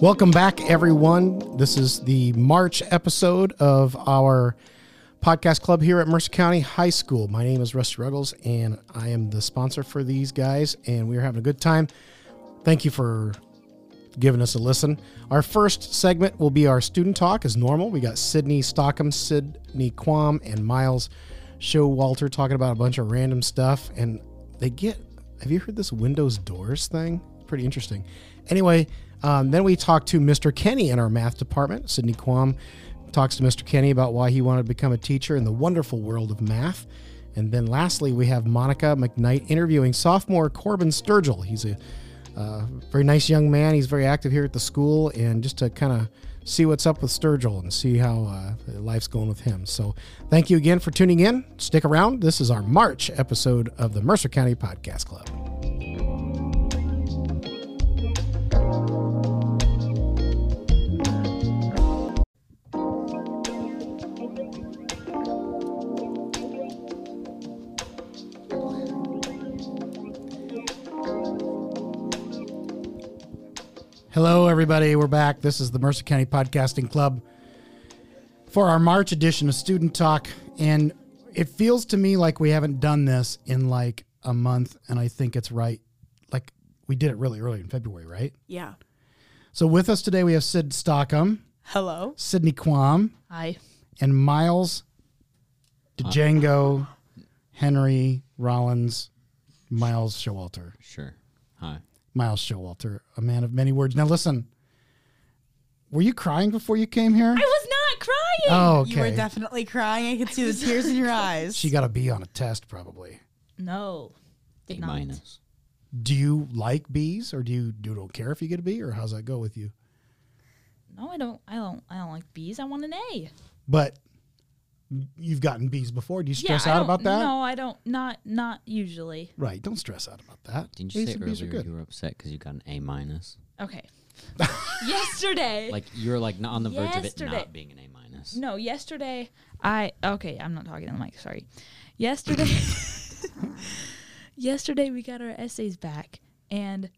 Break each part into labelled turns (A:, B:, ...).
A: Welcome back, everyone. This is the March episode of our podcast club here at Mercer County High School. My name is Rusty Ruggles, and I am the sponsor for these guys, and we are having a good time. Thank you for giving us a listen. Our first segment will be our student talk, as normal. We got Sydney Stockham, Sydney Quam, and Miles Showalter talking about a bunch of random stuff, and they get. Have you heard this Windows Doors thing? Pretty interesting. Anyway, um, then we talked to Mr. Kenny in our math department. Sydney Quam talks to Mr. Kenny about why he wanted to become a teacher in the wonderful world of math. And then lastly, we have Monica McKnight interviewing sophomore Corbin Sturgill. He's a uh, very nice young man. He's very active here at the school, and just to kind of see what's up with Sturgill and see how uh, life's going with him. So, thank you again for tuning in. Stick around. This is our March episode of the Mercer County Podcast Club. Hello, everybody. We're back. This is the Mercer County Podcasting Club for our March edition of Student Talk. And it feels to me like we haven't done this in like a month. And I think it's right. Like we did it really early in February, right?
B: Yeah.
A: So with us today, we have Sid Stockham,
B: Hello.
A: Sydney Quam,
B: Hi.
A: and Miles DeJango, Henry Rollins, Miles Showalter.
C: Sure. Hi.
A: Miles Showalter, a man of many words. Now listen, were you crying before you came here?
B: I was not crying.
A: Oh,
D: You were
A: okay.
D: definitely crying. I could see the tears in your eyes.
A: she got a B on a test, probably.
E: No, did
C: A
E: not.
C: minus.
A: Do you like B's, or do you, you don't care if you get a B, or how's that go with you?
E: No, I don't. I don't. I don't like B's. I want an A.
A: But you've gotten B's before. Do you stress
E: I
A: out
E: don't-
A: about that?
E: No, I don't. Not not usually.
A: Right. Don't stress out about that.
C: Didn't you
A: A's
C: say
A: and B's are
C: earlier
A: good.
C: you were upset because you got an A minus?
E: Okay. yesterday.
C: Like you were like not on the verge of it
E: Yesterday.
C: not being an A minus.
E: no, yesterday. I okay. I'm not talking to the mic. Sorry. Yesterday. yesterday we got our essays back, and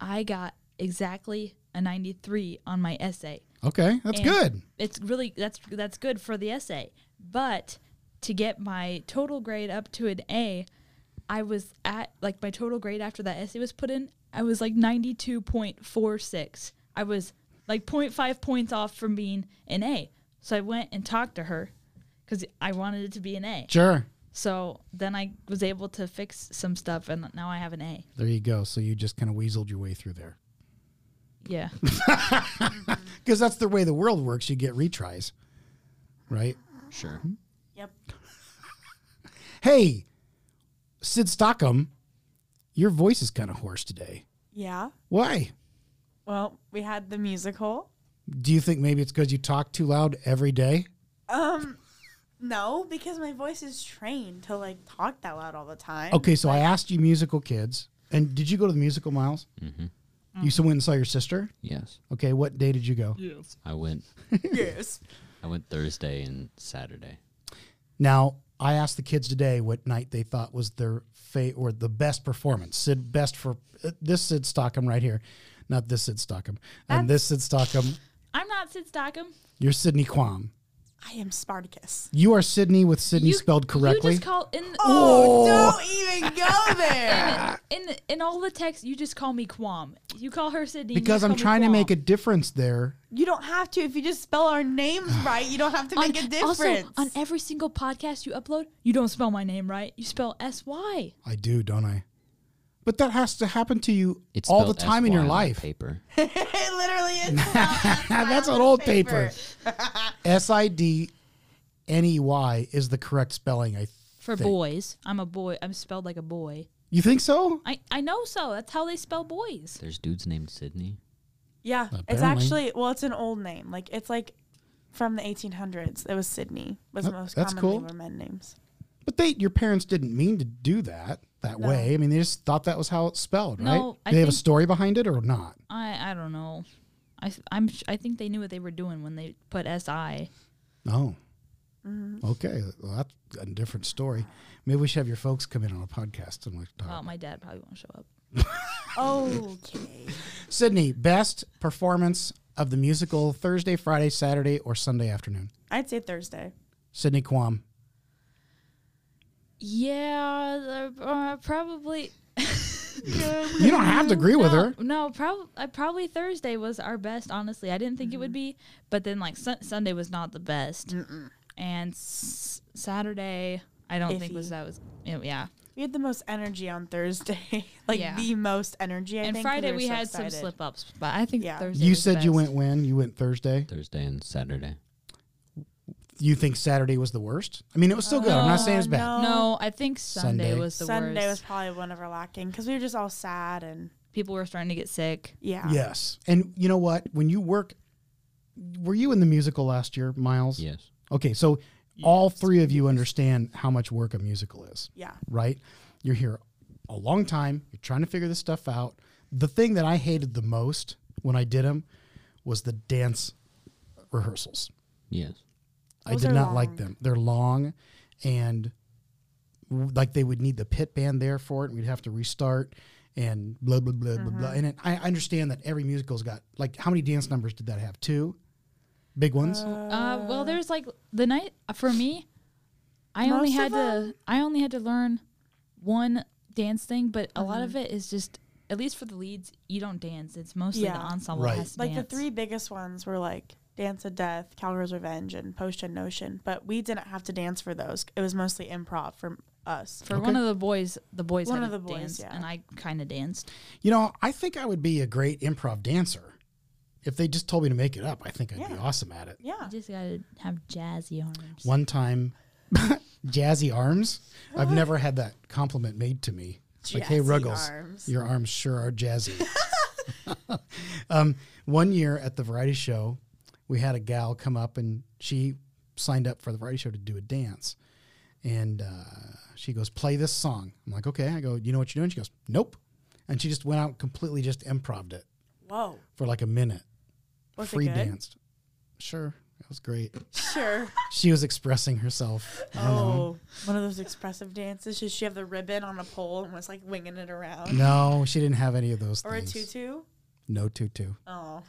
E: I got exactly a 93 on my essay.
A: Okay, that's
E: And
A: good.
E: It's really that's that's good for the essay. But to get my total grade up to an A, I was at like my total grade after that essay was put in, I was like 92.46. I was like 0.5 points off from being an A. So I went and talked to her cuz I wanted it to be an A.
A: Sure.
E: So then I was able to fix some stuff and now I have an A.
A: There you go. So you just kind of weaseled your way through there.
E: Yeah.
A: Because that's the way the world works. You get retries, right?
C: Sure.
A: Hmm?
B: Yep.
A: Hey, Sid Stockham, your voice is kind of hoarse today.
D: yeah.
A: Why?
D: Well, we had the musical.
A: Do you think maybe it's because you talk too loud every day?
D: Um, no, because my voice is trained to like talk that loud all the time.
A: Okay, so I asked you musical kids, and did you go to the musical, Miles?
C: Mhm.
A: You so went and saw your sister.
C: Yes.
A: Okay, what day did you go?
C: I went.
D: Yes.
C: I went Thursday and Saturday.
A: Now I asked the kids today what night they thought was their fa- or the best performance. Sid best for uh, this Sid Stockham right here, not this Sid Stockham, and this Sid Stockham.
E: I'm not Sid Stockham.
A: You're Sydney Quam.
D: I am Spartacus.
A: You are Sydney with Sydney
E: You-
A: spelled correctly.
E: You just call in
D: Oh, don't even go there.
E: in in all the texts, you just call me Quam. You call her Sydney
A: because I'm trying to make a difference there.
D: you don't have to. If you just spell our names right, you don't have to make a difference.
E: Also, on every single podcast you upload, you don't spell my name right. You spell S Y.
A: I do, don't I? But that has to happen to you
C: It's
A: all the
C: spelled
A: time in your
C: SY on
A: life.
C: Paper.
D: it literally is.
A: That's
D: That's
A: on old paper. S I D N E Y is the correct spelling. I
E: For
A: Thank-
E: boys, I'm a boy. I'm spelled like a boy.
A: you think so?
E: I I know so. That's how they spell boys.
C: There's dudes named Sydney.
D: Yeah, it's
A: Apparently.
D: actually well, it's an old name. Like it's like from the 1800s. It was Sydney was
A: That-
D: the most
A: Oh, that's
D: commonly
A: cool.
D: were men names.
A: But they, your parents didn't mean to do that that
D: No.
A: way. I mean, they just thought that was how it's spelled,
E: No,
A: right?
E: I
A: Do they have a
E: think-
A: story behind it or not?
E: I I don't know. I I'm sh- I think they knew what they were doing when they put S I.
A: No.
E: Mm-hmm.
A: Okay, well, that's a different story. Maybe we should have your folks come in on a podcast and we can talk.
E: Well, Oh, my dad probably won't show up.
D: Okay.
A: Sydney, best performance of the musical Thursday, Friday, Saturday, or Sunday afternoon.
D: I'd say Thursday.
A: Sydney Quam.
E: Yeah, the- uh, probably.
A: You don't have to agree with
E: no,
A: her.
E: No, prob- uh, probably Thursday was our best. Honestly, I didn't think it would be, but then like sun- Sunday was not the best, and s- Saturday I don't think was
D: Iffy.
E: that was yeah. yeah.
D: We had the most energy on Thursday. like
E: Yeah.
D: the most energy. I
E: and
D: think, 'cause
E: Friday
D: were
E: we
D: so
E: had
D: excited.
E: some slip ups, but I think
D: Yeah.
E: Thursday.
A: You
E: was the
A: said you
E: best.
A: went when? You went Thursday.
C: Thursday and Saturday.
A: You think Saturday was the worst? I mean, it was still good. I'm not saying it's bad.
D: no.
E: No, I think Sunday,
A: Sunday.
E: was the
D: Sunday was
E: worst.
D: probably one of our lacking because we were just all sad and
E: People were starting to get sick.
D: yeah.
A: Yes. And you know what? When you work, were you in the musical last year, Miles?
C: Yes.
A: Okay, so all three of you understand how much work a musical is,
D: Yeah.
A: right? You're here a long time, you're trying to figure this stuff out. The thing that I hated the most when I did them was the dance rehearsals.
C: Yes.
A: I
D: Those
A: did
D: are
A: not like
D: long.
A: them. They're long and w- like they would need the pit band there for it. And we'd have to restart and blah, blah, blah, blah,
D: Mm-hmm.
A: blah. And it, I understand that every musical's got like how many dance numbers did that have? Two big ones?
E: Uh, well, there's like the night uh, for me. I only
D: Most
E: had
D: of
E: to. I only had to learn one dance thing, but a lot
D: Mm-hmm.
E: of it is just. At least for the leads, you don't dance. It's mostly
D: Yeah.
E: the ensemble
A: Right.
E: has to
D: Like
E: dance.
D: the three biggest ones were like Dance of Death, Calgary's Revenge, and Post and Notion. But we didn't have to dance for those. It was mostly improv from us.
E: For one of the boys, the boys
D: One
E: had
D: of
E: to
D: the boys,
E: dance,
D: yeah.
E: and I kind of danced.
A: You know, I think I would be a great improv dancer. If they just told me to make it up, I think I'd be
D: Yeah.
A: awesome at it.
D: yeah.
E: You just gotta have jazzy arms.
A: One time, jazzy arms. I've never had that compliment made to me. Like, hey,
D: Jazzy
A: Ruggles,
D: arms.
A: your arms sure are jazzy. um, one year at the variety show, we had a gal come up and she signed up for the variety show to do a dance. And uh, she goes, play this song. I'm like, okay. I go, you know what you're doing? She goes, nope. And she just went out and completely just improved it
D: Whoa.
A: for like a minute.
D: Was it
A: Free
D: good?
A: danced. Sure. That was great.
D: Sure.
A: She was expressing herself. I don't know.
D: Oh, one of those expressive dances. Did she have the ribbon on a pole and was like winging it around?
A: No, she didn't have any of those
D: Or a
A: things.
D: tutu?
A: No tutu.
D: Oh,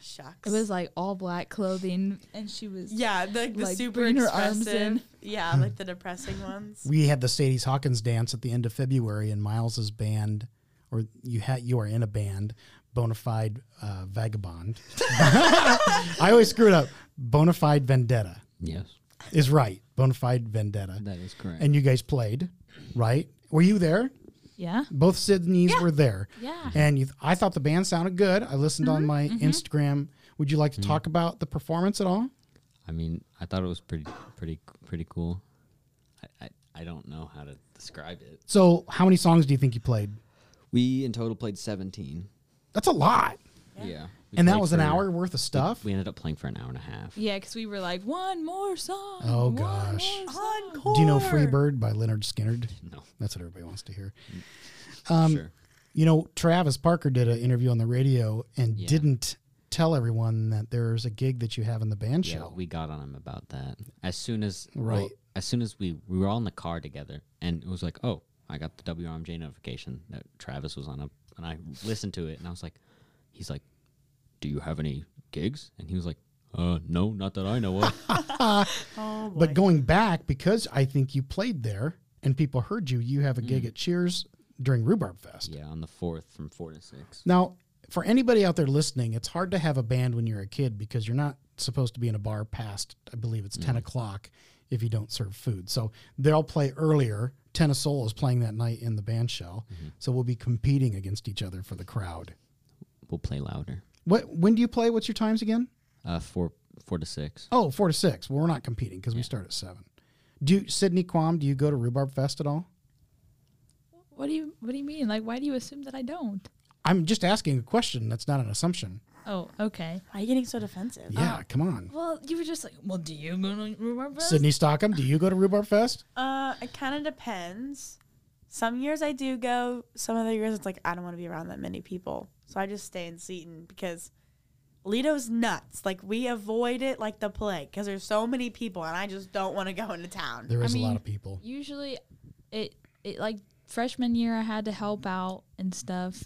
D: shucks.
E: It was like all black clothing, and she was
D: yeah, the, the
E: like,
D: super
E: bring her
D: expressive.
E: arms in.
D: Yeah,
A: Hmm.
D: like the depressing ones.
A: We had the Sadie's Hawkins dance at the end of February, and Miles's band, or you had you are in a band, Bonafide uh, Vagabond. I always screw it up. Bonafide Vendetta
C: Yes.
A: is right. Bonafide Vendetta,
C: That is correct.
A: and you guys played, right? Were you there?
E: yeah.
A: Both Sydney's were there.
E: Yeah.
A: And you, I thought the band sounded good. I listened
D: Mm-hmm,
A: on my Instagram. Would you like to talk about the performance at all?
C: I mean, I thought it was pretty, pretty, pretty cool. I, I, I don't know how to describe it.
A: So, how many songs do you think you played?
C: We in total played 17.
A: That's a lot.
C: Yeah. We
A: And that
C: played
A: was an
C: for-
A: hour worth of stuff.
C: We ended up playing for an hour and a half.
E: Yeah, because we were like one more song.
A: Oh,
E: one
A: gosh.
E: more song."
D: Encore.
A: Do you know Free Bird by Leonard Skinnard?
C: No.
A: That's what everybody wants to hear. Um,
C: sure.
A: You know, Travis Parker did an interview on the radio and
C: Yeah.
A: didn't tell everyone that there's a gig that you have in the band
C: Yeah,
A: show.
C: we got on him about that. As soon as
A: Right.
C: well, as soon as we we were all in the car together, and it was like, oh, I got the WRMJ notification that Travis was on a, and I listened to it, and I was like, he's like, do you have any gigs? And he was like, uh, no, not that I know of.
D: Oh, boy.
A: but going back, because I think you played there and people heard you, you have a gig at Cheers during Rhubarb Fest.
C: Mm. yeah, on the fourth from four to six.
A: Now, for anybody out there listening, it's hard to have a band when you're a kid because you're not supposed to be in a bar past, I believe it's 10 o'clock if you don't serve food. So they'll play earlier. Ten of Soul is playing that night in the band shell. So we'll be competing against each other for the crowd.
C: We'll play louder.
A: What When do you play? What's your times again?
C: Uh, four four to six.
A: Oh, four to six. Well, we're not competing because we start at seven. Do you, Sydney Quam, do you go to Rhubarb Fest at all?
E: What do you What do you mean? Like, why do you assume that I don't?
A: I'm just asking a question. That's not an assumption.
E: Oh, okay.
D: Why are you getting so defensive?
A: Yeah, come on.
E: Well, you were just like, well, do you go to Rhubarb Fest?
A: Sydney Stockham, do you go to Rhubarb Fest?
D: Uh, it kind of depends. Some years I do go. Some other years it's like I don't want to be around that many people, so I just stay in Seton because Lido's nuts. Like we avoid it like the plague because there's so many people, and I just don't want to go into town.
A: There
E: I
A: is a lot
E: mean,
A: of people.
E: Usually, it it like freshman year I had to help out and stuff,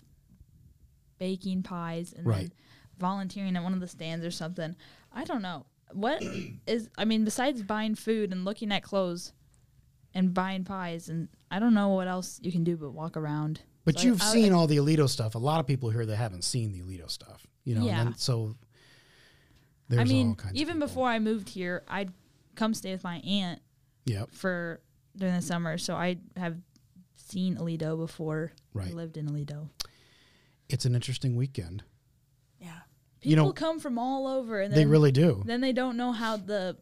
E: baking pies and
A: Right.
E: then volunteering at one of the stands or something. I don't know what is. I mean, besides buying food and looking at clothes and buying pies, and I don't know what else you can do but walk around.
A: But
E: So I-
A: you've
E: I-
A: seen all the Alito stuff. A lot of people here that haven't seen the Alito stuff, you know.
E: Yeah.
A: And then, so there's
E: I
A: all
E: mean,
A: kinds.
E: even
A: of people.
E: before I moved here, I'd come stay with my aunt
A: Yep.
E: for during the summer, so I have seen Alito before.
A: Right.
E: I lived in Alito.
A: It's an interesting weekend.
D: Yeah.
E: People
A: You know-
E: come from all over, and then
A: they really do.
E: then they don't know how the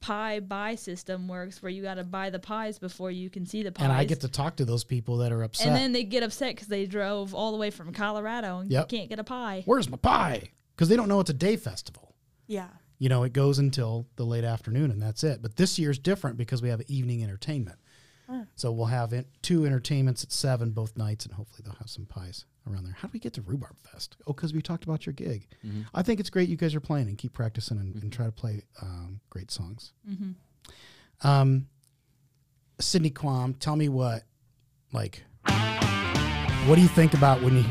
E: pie buy system works, where you got to buy the pies before you can see the pies.
A: And I get to talk to those people that are upset.
E: And then they get upset because they drove all the way from Colorado and
A: Yep.
E: can't get a pie.
A: Where's my pie? Because they don't know it's a day festival.
D: Yeah.
A: You know, it goes until the late afternoon and that's it. But this year's different because we have evening entertainment. So we'll have in, two entertainments at seven both nights, and hopefully they'll have some pies around there. How do we get to Rhubarb Fest? Oh, because we talked about your gig. I think it's great you guys are playing and keep practicing and, and try to play um, great songs. Um, Sydney Quam, tell me what, like, what do you think about when you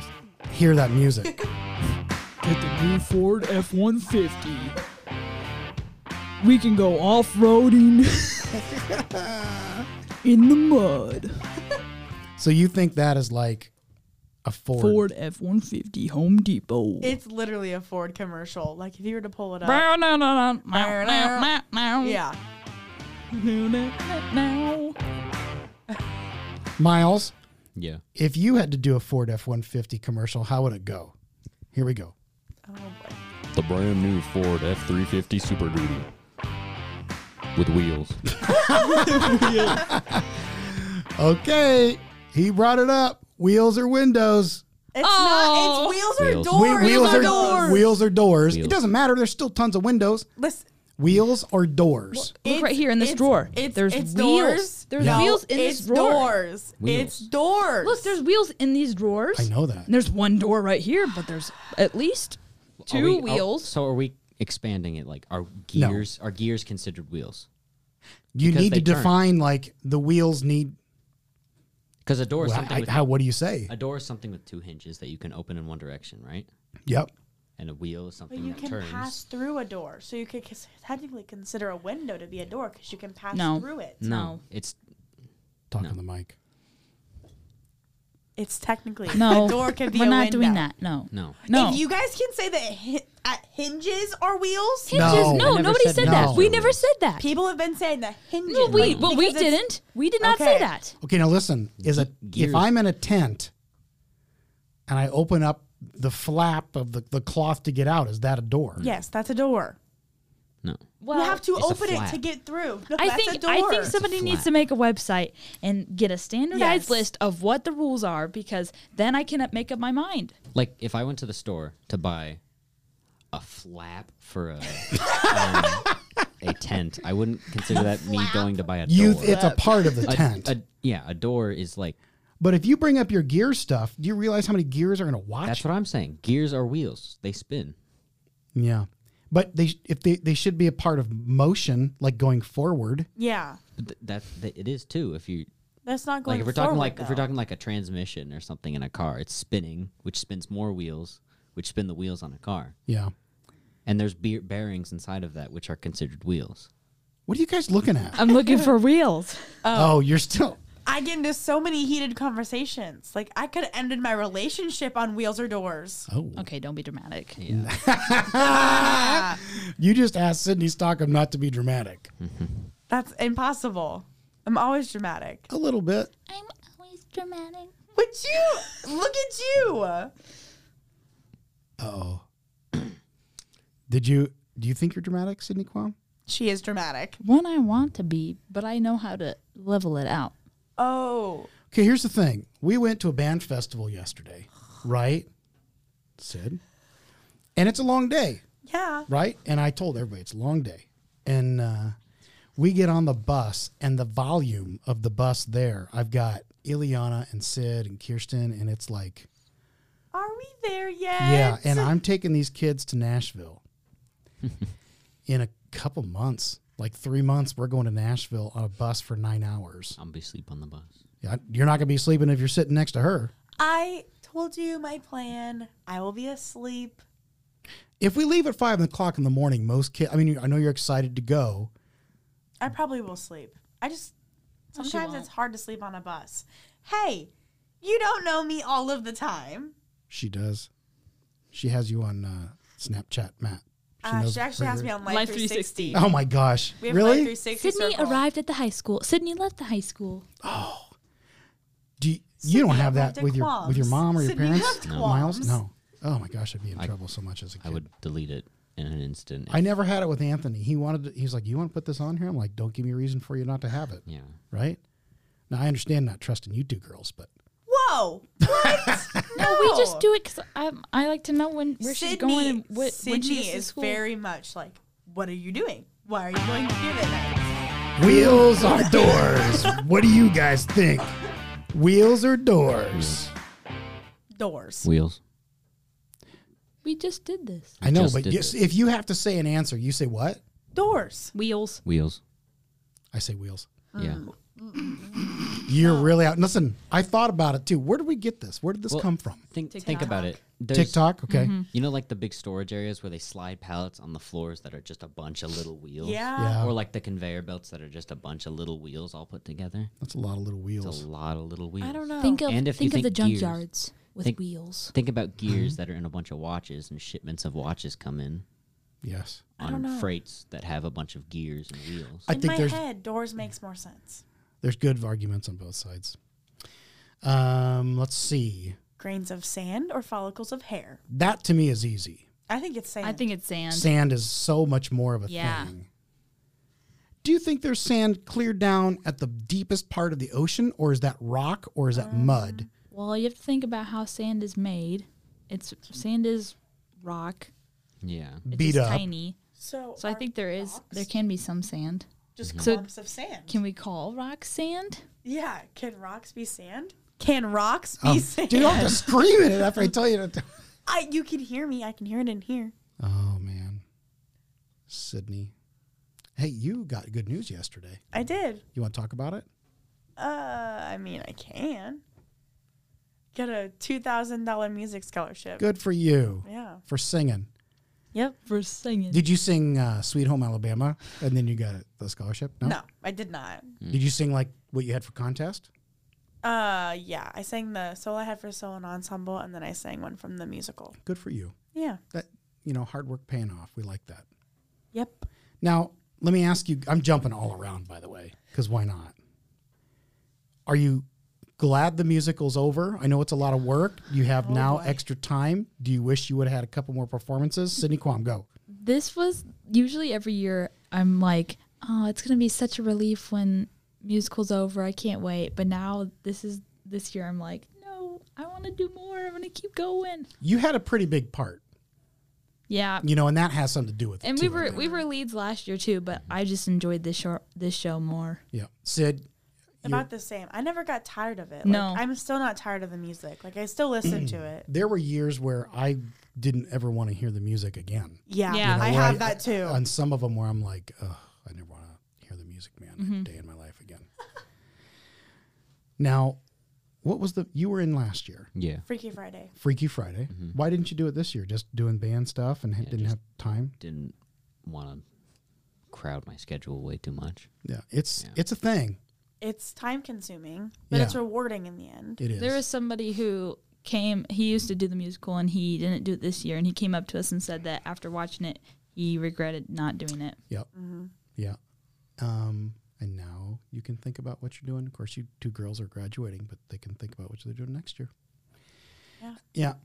A: hear that music?
B: Get the new Ford F 150. We can go off roading in the mud.
A: so you think that is like a Ford?
B: Ford F 150 Home Depot.
D: It's literally a Ford commercial. Like if you were to pull it up.
E: Yeah.
D: Yeah.
A: Miles,
C: Yeah.
A: if you had to do a Ford F 150 commercial, how would it go? Here we go.
D: Oh boy.
F: The brand new Ford F350 Super Duty with wheels.
A: Okay, he brought it up. Wheels or windows?
D: It's
E: Oh.
D: not. It's wheels
C: Wheels.
D: or
A: Whe-
D: doors.
A: wheels
D: or
A: or wheels or doors? It
C: Wheels.
A: doesn't matter. There's still tons of windows.
D: Listen.
A: Wheels or doors?
E: Look right
D: It's-
E: here in this
D: it's-
E: drawer.
D: It's,
E: There's
D: it's
E: wheels.
D: Doors.
E: There's
A: Yeah.
E: wheels in
D: it's
E: this drawer.
D: doors. It's
C: Wheels.
D: doors.
E: Look, there's wheels in these drawers.
A: I know that.
E: And there's one door right here, but there's at least
C: Are
E: two
C: we- oh,
E: wheels.
C: so are we expanding it? Like are gears are gears considered wheels?
A: You
C: because
A: need to
C: they turn.
A: define like the wheels need.
C: Because a door is
A: Well,
C: something.
A: I-
C: with,
A: how? What do you say?
C: a door is something with two hinges that you can open in one direction, right?
A: yep.
C: And a wheel is
D: But
C: something
D: you
C: that
D: can
C: turns.
D: pass through a door, so you could cons- technically consider a window to be a door because you can pass
E: No.
D: through it.
C: no,
E: No.
C: it's
A: Talk on the mic.
D: It's technically
E: No,
D: a door can be
E: we're
D: a
E: not
D: window.
E: doing that. No,
C: no.
E: no.
D: If you guys can say that hi- uh, hinges are wheels,
A: No.
E: Hinges-
A: I
E: no,
C: never
E: nobody
C: said
E: said
A: that.
E: that.
A: No.
E: We never said that.
D: people have been saying that hinges.
E: no, we, but we
D: because it's-
E: didn't. We did not
D: Okay.
E: say that.
A: Okay, now listen. Is a if
C: gears.
A: I'm in a tent and I open up the flap of the, the cloth to get out, is that a door?
D: Yes, that's a door.
C: No.
E: Well,
D: you have to
C: It's a
D: open it
C: flap.
D: to get through. No,
E: I
D: that's a
E: think
D: door.
E: I think somebody
C: It's a
E: needs
C: flat.
E: to make a website and get a standardized
D: Yes.
E: list of what the rules are because then I can up- make up my mind.
C: Like if I went to the store to buy a flap for a um, a tent, I wouldn't consider that me going to buy a
A: You,
C: door.
A: it's a part of the
C: A-
A: tent.
C: a- yeah, a door is like
A: but if you bring up your gear stuff, do you realize how many gears are going to watch?
C: that's what I'm saying. Gears are wheels. They spin.
A: yeah, but they sh- if they they should be a part of motion, like going forward.
D: Yeah,
C: But th- that, that it is too. If you
D: that's not going.
C: like, if we're talking
D: forward,
C: like if we're
D: though.
C: talking like a transmission or something in a car, it's spinning, which spins more wheels, which spin the wheels on a car.
A: Yeah.
C: And there's bear- bearings inside of that which are considered wheels.
A: What are you guys looking at?
E: I'm looking for wheels.
A: oh, you're still.
D: I get into so many heated conversations. Like I could have ended my relationship on wheels or doors.
A: Oh,
E: Okay, don't be dramatic.
A: you just asked Sydney Stockham not to be dramatic.
D: That's impossible. I'm always dramatic.
A: A little bit.
E: I'm always dramatic.
D: But you look at you.
A: Oh, did you do you think you're dramatic, Sydney Quam?
D: She is dramatic.
E: One I want to be, but I know how to level it out.
D: Oh,
A: Okay, here's the thing. We went to a band festival yesterday, right? Sid. And it's a long day,
D: yeah.
A: right? And I told everybody it's a long day. And uh, we get on the bus, and the volume of the bus there, I've got Ileana and Sid and Kirsten, and it's like
D: Are we we there yet?
A: Yeah, and I'm taking these kids to Nashville in a couple months. Like three months, we're going to Nashville on a bus for nine hours.
C: I'm be asleep on the bus.
A: Yeah, You're not going to be sleeping if you're sitting next to her.
D: I told you my plan. I will be asleep.
A: If we leave at five o'clock in the morning, most kids, I mean, I know you're excited to go.
D: I probably will sleep. I just
E: No, she
D: sometimes
E: won't.
D: it's hard to sleep on a bus. Hey, you don't know me all of the time.
A: She does. She has you on uh, Snapchat, Matt.
D: Uh,
A: knows
D: she actually
A: where
D: has me
A: you're-
D: on Life,
E: Life
D: 360.
E: 360.
A: Oh my gosh.
D: We have Life
A: really?
D: 360
E: Sydney
D: circle.
E: arrived at the high school. Sydney left the high school.
A: Do you, you
D: Sydney
A: don't have
D: arrived
A: that
D: at
A: with your with your
D: Qualms.
A: mom or your
D: Sydney
A: parents?
D: left
A: Miles?
D: Qualms.
A: No. Oh my gosh, I'd be in
C: I-
A: trouble so much as a kid.
C: I would delete it in an instant.
A: I never had it with Anthony. He wanted to, he's like, You want to put this on here? I'm like, Don't give me a reason for you not to have it.
C: Yeah.
A: Right? Now I understand not trusting you two girls, but
D: Whoa! What? no,
E: We just do it because I I like to know when where
D: Sydney,
E: she's going and what
D: Sydney
E: when she gets to
D: is
E: school.
D: very much like, what are you doing? Why are you going to give it that?
A: Wheels are doors. what do you guys think? Wheels or doors?
D: Doors.
C: Wheels.
E: we just did this.
A: I know,
C: Just
A: but
C: did
A: yes,
C: it.
A: if you have to say an answer, you say what?
D: Doors.
E: Wheels.
C: Wheels.
A: I say wheels.
D: Um,
C: Yeah.
A: You're really out. Listen, I thought about it too. Where did we get this? Where did this
C: Well,
A: come from?
C: Think think about it. There's,
A: TikTok. Okay.
C: You know, like the big storage areas where they slide pallets on the floors that are just a bunch of little wheels.
D: Yeah.
A: Yeah.
C: Or like the conveyor belts that are just a bunch of little wheels all put together.
A: That's a lot of little
C: It's a
A: wheels.
C: lot of little wheels.
D: I don't know.
E: Think of
C: And if you
E: think of the
C: think gears,
E: junkyards with
C: think-
E: wheels.
C: Think about
A: Mm-hmm.
C: gears that are in a bunch of watches and shipments of watches come in
A: Yes.
C: on freights that have a bunch of gears and wheels.
A: I
D: In
A: think
D: my
A: there's
D: head, doors makes more sense.
A: there's good arguments on both sides. Um, let's see.
D: Grains of sand or follicles of hair?
A: That to me is easy.
D: I think it's sand.
E: I think it's sand.
A: Sand is so much more of a
E: Yeah.
A: thing. Do you think there's sand cleared down at the deepest part of the ocean, or is that rock, or is that mud?
E: Well, you have to think about how sand is made. It's sand is rock.
C: Yeah.
E: It's
A: Beat
E: just
A: up.
E: tiny.
D: so.
E: So I
D: are
E: think there is
D: rocks
E: there can be some sand.
D: just
E: So-
D: clumps of sand.
E: Can we call rock sand?
D: yeah, can rocks be sand? Can rocks be
A: Oh,
D: sand?
A: dude, I'm just screaming it after I tell you. To
D: I, you can hear me. I can hear it in here.
A: oh man, Sydney. Hey, you got good news yesterday.
D: I did.
A: You want to talk about it?
D: Uh, I mean, I can. Got a two thousand dollar music scholarship.
A: Good for you
D: Yeah.
A: for singing.
E: Yep, for singing.
A: Did you sing uh, "Sweet Home Alabama" and then you got the scholarship?
D: No, I did not.
A: Did you sing like what you had for contest?
D: Uh, yeah, I sang the solo I had for solo and ensemble, and then I sang one from the musical.
A: Good for you.
D: Yeah.
A: That you know, hard work paying off. We like that.
D: Yep.
A: Now, let me ask you. I'm jumping all around, by the way, because why not? Are you glad the musical's over? I know it's a lot of work. You have
E: Oh,
A: now extra time. Do you wish you would have had a couple more performances? Sydney Quam, go.
E: this was usually every year I'm like, oh, it's gonna be such a relief when musical's over. I can't wait. But now this is this year I'm like, no, I want to do more. I want to keep going.
A: You had a pretty big part,
E: Yeah.
A: you know, and that has something to do with it.
E: And
A: too,
E: we
A: I
E: were
A: think.
E: we were leads last year too, but I just enjoyed this show this show more.
A: yeah. Sid,
D: About the same. I never got tired of it.
E: No.
D: Like, I'm still not tired of the music. Like I still listen to it.
A: there were years where I didn't ever want to hear the music again.
D: Yeah.
E: Yeah. You know,
D: I
A: where
D: have that too.
A: On some of them, where I'm like, Ugh, I never want to hear the music, man. A day in my life again. now, what was the you were in last year?
C: Yeah.
D: Freaky Friday.
A: Freaky Friday. Why didn't you do it this year? Just doing band stuff and ha- didn't
C: Mm-hmm. just-
A: have time.
C: Didn't want to crowd my schedule way too much.
A: Yeah, it's
C: Yeah.
A: it's a thing.
D: It's time consuming, but it's
A: Yeah.
D: rewarding in the end.
A: It is.
E: There was somebody who came. He used to do the musical, and he didn't do it this year. And he came up to us and said that after watching it, he regretted not doing it.
A: Yep. Yeah. Um, and now you can think about what you're doing. Of course, you two girls are graduating, but they can think about what they're doing next year.
D: Yeah.
A: Yeah.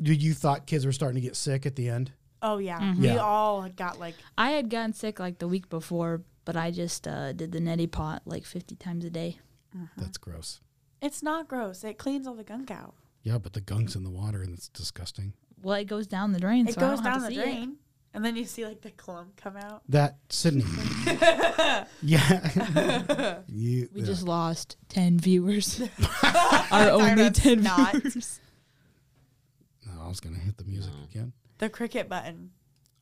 A: Did you thought kids were starting to get sick at the end?
D: Oh yeah. We
A: Yeah.
D: all got like
E: I had gotten sick like the week before, but I just uh, did the neti pot like 50 times a day.
A: That's gross.
D: it's not gross. It cleans all the gunk out.
A: Yeah, but the gunk's in the water and it's disgusting.
E: Well, it goes down the drain.
D: It
E: so
D: goes
E: I don't
D: down
E: have to
D: the
E: see it.
D: drain. And then you see like the clump come out.
A: That Sydney. yeah. you,
E: We
A: yeah.
E: just lost 10 viewers. Our only
D: of
E: 10
D: snot.
E: viewers.
A: Oh, was going to hit the music
C: No.
A: again.
D: The cricket button.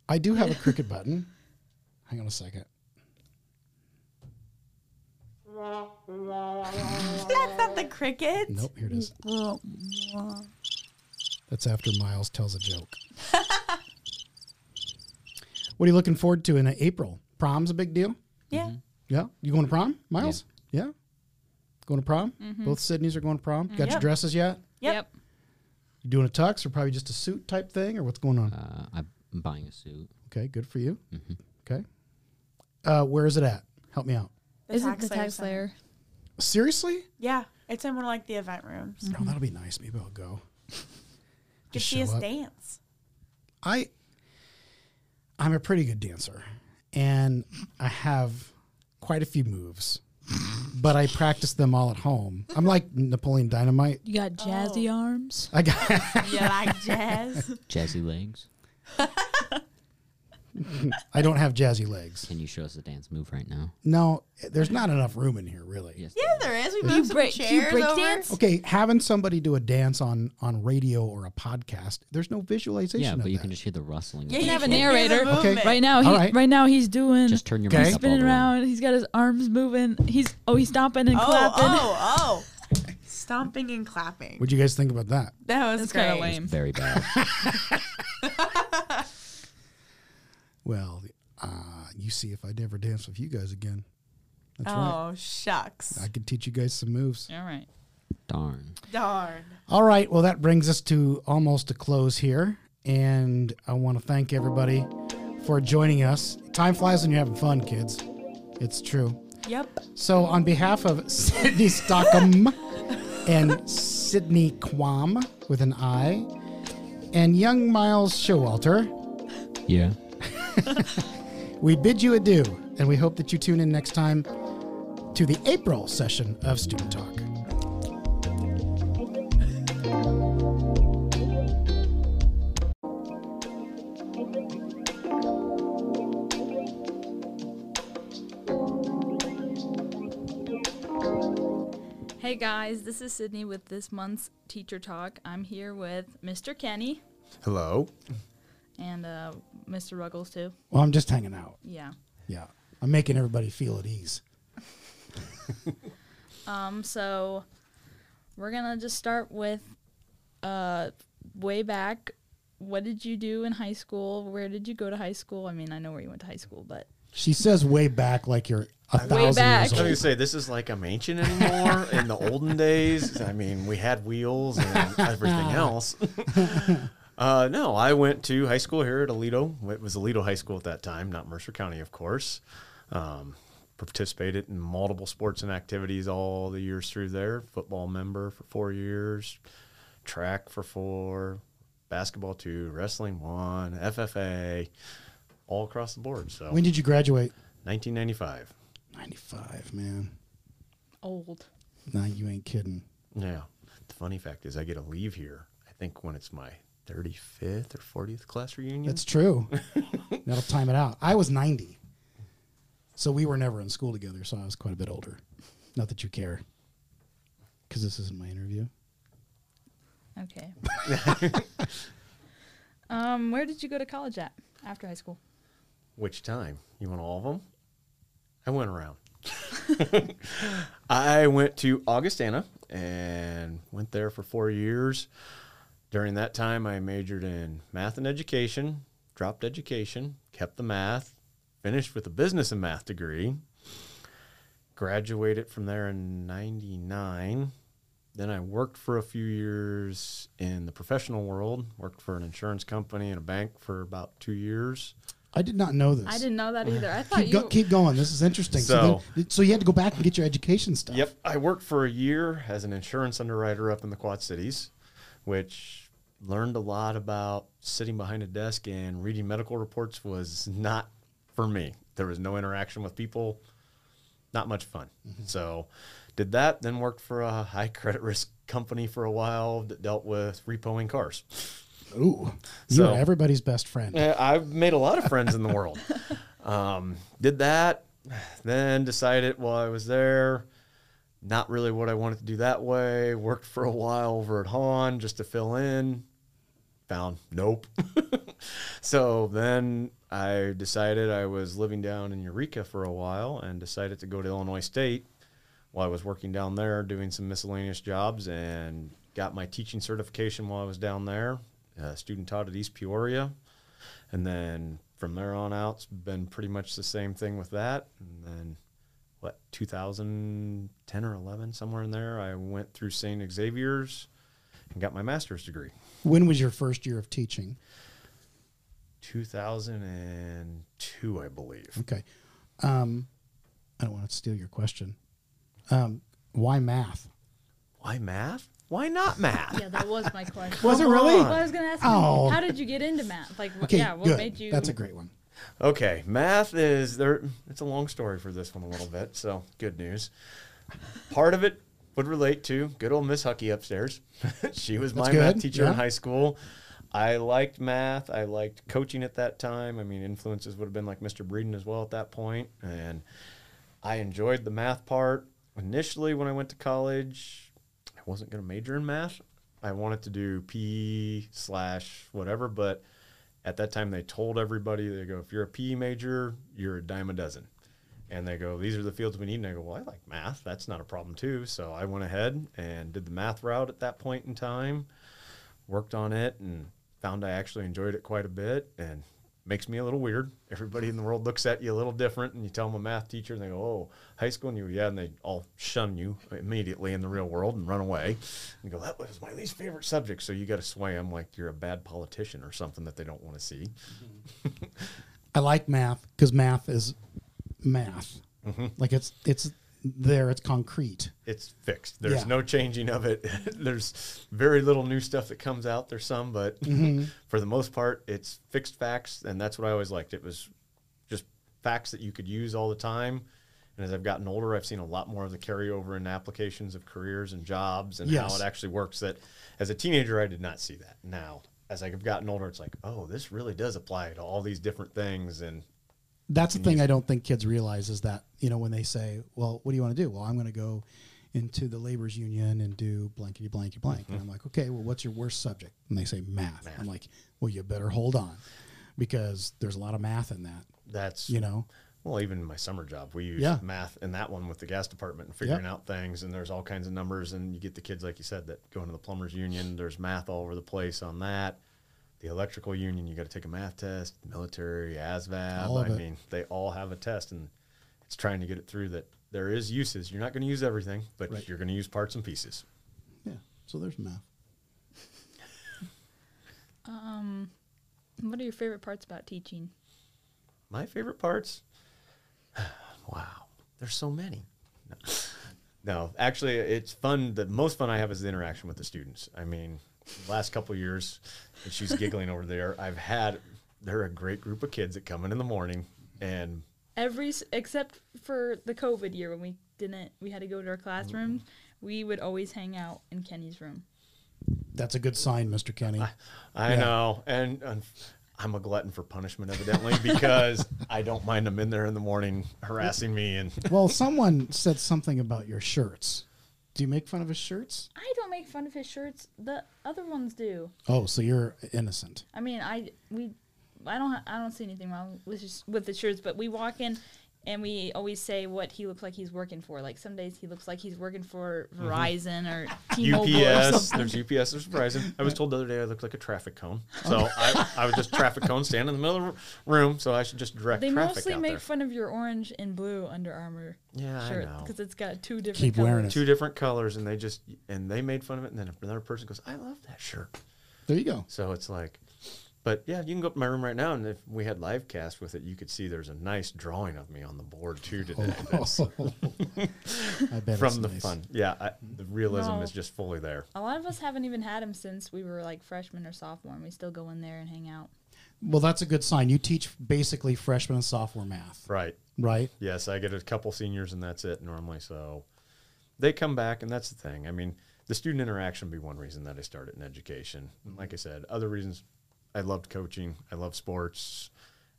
A: I do have a cricket button. Hang on a second.
D: That's not the cricket.
A: Nope, here it is. That's after Miles tells a joke. what are you looking forward to in uh, April? Prom's a big deal.
D: Yeah.
A: Mm-hmm. Yeah. You going to prom, Miles? Yeah. Going to prom?
E: Mm-hmm.
A: Both Sydneys are going to prom. Got your
D: Yep.
A: dresses yet?
D: Yep.
A: You doing a tux or probably just a suit type thing or what's going on?
C: Uh, I'm buying a suit.
A: Okay, good for you.
C: Mm-hmm.
A: Okay. Uh, where is it at? Help me out.
D: The
E: Isn't
D: tax
E: the tax
D: center.
E: layer?
A: Seriously?
D: Yeah. It's in one of like the event rooms.
C: Mm-hmm.
A: No, that'll be nice. Maybe I'll go.
D: You
A: Mm. Just
D: see us
A: show up.
D: dance.
A: I I'm a pretty good dancer and I have quite a few moves. But I practice them all at home. I'm like Napoleon Dynamite.
E: You got jazzy
D: Oh.
E: arms.
A: I got
D: You like jazz?
C: Jazzy legs.
A: I don't have jazzy legs.
C: Can you show us a dance move right now?
A: No, there's not enough room in here really.
C: Yes.
D: yeah, there is. We
E: You
D: moved some
E: break- you
D: chairs
E: break
D: over.
E: dance?
A: Okay, having somebody do a dance on on radio or a podcast, there's no visualization
C: Yeah,
A: of
C: but you
A: that.
C: can just hear the rustling.
D: Yeah,
E: You
D: you
E: can have
D: can
E: a
D: hear the
E: narrator.
A: Okay.
D: movement.
E: Right now, he,
A: All right.
E: right. now he's doing.
C: Just turn your
A: Okay.
C: mic up all
E: spinning
C: the way.
E: around. He's got his arms moving. He's oh, he's stomping and
D: Oh,
E: clapping.
D: oh, oh. Stomping and clapping.
A: What'd you guys think about that?
D: that was
E: That's
D: great.
E: kind of lame.
C: Very bad.
A: Well, uh, you see if I'd ever dance with you guys again. That's right.
D: Oh, shucks.
A: I could teach you guys some moves.
E: All right.
C: Darn.
D: Darn.
A: All right. Well, that brings us to almost a close here. And I want to thank everybody for joining us. Time flies when you're having fun, kids. It's true.
D: Yep.
A: So, on behalf of Sydney Stockham and Sydney Quam with an I, and young Miles Showalter,
C: Yeah.
A: we bid you adieu. And we hope that you tune in next time to the April session of Student Talk.
E: Hey guys, this is Sydney with this month's teacher talk. I'm here with Mr. Kenny
G: Hello.
E: and uh, Mr. Ruggles too.
A: Well, I'm just hanging out.
E: Yeah.
A: Yeah. I'm making everybody feel at ease.
E: Um. So we're gonna just start with uh way back. What did you do in high school? Where did you go to high school? I mean, I know where you went to high school, but
A: She says way back like you're a thousand
E: back.
A: years
G: I was
A: old.
G: gonna say this is like I'm ancient anymore. In the olden days, I mean, we had wheels and everything else. Uh, no, I went to high school here at Alito. It was Alito High School at that time, not Mercer County, of course. Um, participated in multiple sports and activities all the years through there. Football member for four years, track for four, basketball two, wrestling one, FFA, all across the board. So
A: When did you graduate?
G: 1995.
A: 95, man.
E: old.
A: Nah, you ain't kidding.
G: Yeah. The funny fact is, I get to leave here. I think when it's my 35th or 40th class reunion.
A: That's true. That'll time it out. I was 90. So we were never in school together, so I was quite a bit older. Not that you care. Because this isn't my interview.
E: Okay. um, where did you go to college at after high school?
G: Which time? You want all of them? I went around. I went to Augustana and went there for four years. During that time, I majored in math and education, dropped education, kept the math, finished with a business and math degree, graduated from there in 99. Then I worked for a few years in the professional world, worked for an insurance company and a bank for about two years.
A: I did not know this.
E: I didn't know that either. I thought
A: Keep,
E: you.
A: go, keep going. This is interesting. So,
G: So-
A: then, so you had to go back and get your education stuff.
G: Yep. I worked for a year as an insurance underwriter up in the Quad Cities, which learned a lot about sitting behind a desk and reading medical reports was not for me. There was no interaction with people, not much fun. So, did that, then worked for a high credit risk company for a while that dealt with repoing cars.
A: Ooh. You
G: So-
A: are everybody's best friend.
G: Uh, I've made a lot of friends in the world. Um, did that, then decided while I was there, not really what I wanted to do that way. Worked for a while over at Hahn just to fill in. found nope. so then I decided I was living down in Eureka for a while and decided to go to Illinois State while I was working down there doing some miscellaneous jobs and got my teaching certification while I was down there. Uh, student taught at East Peoria. And then from there on out, it's been pretty much the same thing with that. And then, what, 2010 or 11, somewhere in there, I went through St. Xavier's and got my master's degree.
A: When was your first year of teaching?
G: 2002, I believe.
A: Okay. Um, I don't want to steal your question. Um, why math?
G: Why math? Why not math?
E: Yeah, that was my question.
A: Was it
G: Come
A: really?
E: Well, I was gonna ask,
A: Oh.
E: you, how did you get into math? Like, wh-
A: Okay,
E: yeah, what
A: good.
E: made you?
A: That's a great one.
G: Okay, math is there. It's a long story for this one a little bit, so good news. Part of it would relate to good old Miss Hucky upstairs. she was my
A: That's
G: math
A: good,
G: teacher
A: yeah.
G: in high school. I liked math. I liked coaching at that time. I mean, influences would have been like Mr. Breeden as well at that point, and I enjoyed the math part. Initially, when I went to college, I wasn't going to major in math. I wanted to do PE slash whatever, but at that time they told everybody, they go, if you're a PE major, you're a dime a dozen. And they go, these are the fields we need. And I go, well, I like math. That's not a problem, too. So I went ahead and did the math route at that point in time, worked on it, and found I actually enjoyed it quite a bit. And makes me a little weird. Everybody in the world looks at you a little different. And you tell them a math teacher, and they go, oh, high school. And you, go, yeah. And they all shun you immediately in the real world and run away. And you go, that was my least favorite subject. So you got to sway them like you're a bad politician or something that they don't want to see.
A: I like math because math is math.
G: Mm-hmm.
A: Like it's it's there. It's concrete.
G: it's fixed. There's
A: Yeah.
G: no changing of it. There's very little new stuff that comes out. There's some, but
A: Mm-hmm.
G: for the most part, it's fixed facts, and that's what I always liked. It was just facts that you could use all the time. And as I've gotten older, I've seen a lot more of the carryover in applications of careers and jobs and how
A: Yes.
G: it actually works. That as a teenager, I did not see that. Now, as I've gotten older, it's like, oh, this really does apply to all these different things. And
A: That's the thing I don't think kids realize is that you know when they say, "Well, what do you want to do?" Well, I'm going to go into the labor's union and do blankety blankety blank.
G: Mm-hmm.
A: And I'm like, "Okay, well, what's your worst subject?" And they say math. I'm like, "Well, you better hold on because there's a lot of math in that."
G: that's
A: You know,
G: Well, even in my summer job, we used
A: Yeah.
G: math in that one with the gas department and figuring out things. And there's all kinds of numbers. And you get the kids, like you said, that go into the plumbers union. There's math all over the place on that. The electrical union, you got to take a math test. Military, ASVAB.
A: All of
G: I
A: it.
G: mean, they all have a test, and it's trying to get it through that there is uses. You're not going to use everything, but
A: Right.
G: you're going to use parts and pieces.
A: yeah. So there's math.
E: What are your favorite parts about teaching?
G: My favorite parts? wow, there's so many. No. No, actually, it's fun. The most fun I have is the interaction with the students. I mean, the last couple of years, and she's giggling over there. I've had they're a great group of kids that come in in the morning, and
E: Every s- except for the COVID year when we didn't, we had to go to our classrooms. We would always hang out in Kenny's room.
A: That's a good sign, Mr. Kenny.
G: I
A: Yeah.
G: know, and, and I'm a glutton for punishment, evidently, because I don't mind them in there in the morning harassing me. And
A: well, someone said something about your shirts. Do you make fun of his shirts?
E: I don't make fun of his shirts. The other ones do.
A: Oh, so you're innocent.
E: I mean, I we I don't ha- I don't see anything wrong with his, with the shirts, but we walk in and we always say what he looks like he's working for. Like some days he looks like he's working for
A: Mm-hmm.
E: Verizon or T-Mobile or
G: UPS.
E: something.
G: There's UPS. There's Verizon. I was told the other day I looked like a traffic cone.
E: Oh.
G: So I, I was just a traffic cone standing in the middle of the room. So I should just direct
E: They
G: traffic
E: mostly
G: out
E: make
G: there.
E: fun of your orange and blue Under Armour
G: Yeah, I
E: shirt
G: know.
E: because it's got two different.
A: Keep wearing
E: colors.
A: it.
G: Two different colors, and they just and they made fun of it. And then another person goes, "I love that shirt."
A: There you go.
G: So it's like, but yeah, you can go up to my room right now, and if we had live cast with it, you could see there's a nice drawing of me on the board too
E: Oh,
G: today. That's
A: I bet it's
G: from the
A: nice.
G: fun. Yeah, I, the realism
E: No.
G: is just fully there.
E: A lot of us haven't even had him since we were like freshmen or sophomore, and we still go in there and hang out.
A: Well, that's a good sign. You teach basically freshman and sophomore math,
G: Right.
A: right?
G: Yes, I get a couple seniors, and that's it normally. So they come back, and that's the thing. I mean, the student interaction would be one reason that I started in education. And like I said, other reasons I loved coaching, I love sports,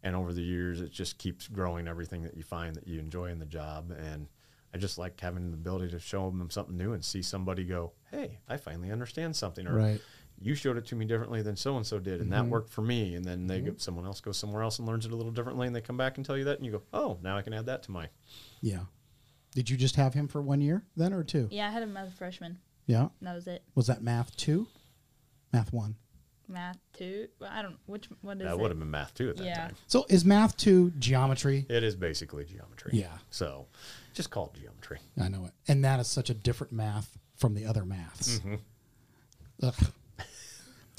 G: and over the years, it just keeps growing everything that you find that you enjoy in the job. And I just like having the ability to show them something new and see somebody go, Hey, I finally understand something. Or,
A: Right.
G: you showed it to me differently than so and so did, and that worked for me. And then they go, someone else goes somewhere else and learns it a little differently, and they come back and tell you that, and you go, oh, now I can add that to my.
A: Yeah. Did you just have him for one year then or two?
E: Yeah, I had him as a freshman.
A: Yeah.
E: and That was it.
A: Was that math two? Math one.
E: Math two. Well, I don't. Which what is
G: That
E: it?
G: would have been math too at that
E: Yeah.
G: time.
A: So is math two geometry?
G: It is basically geometry.
A: Yeah.
G: So, just call it geometry.
A: I know it. And that is such a different math from the other maths. Ugh.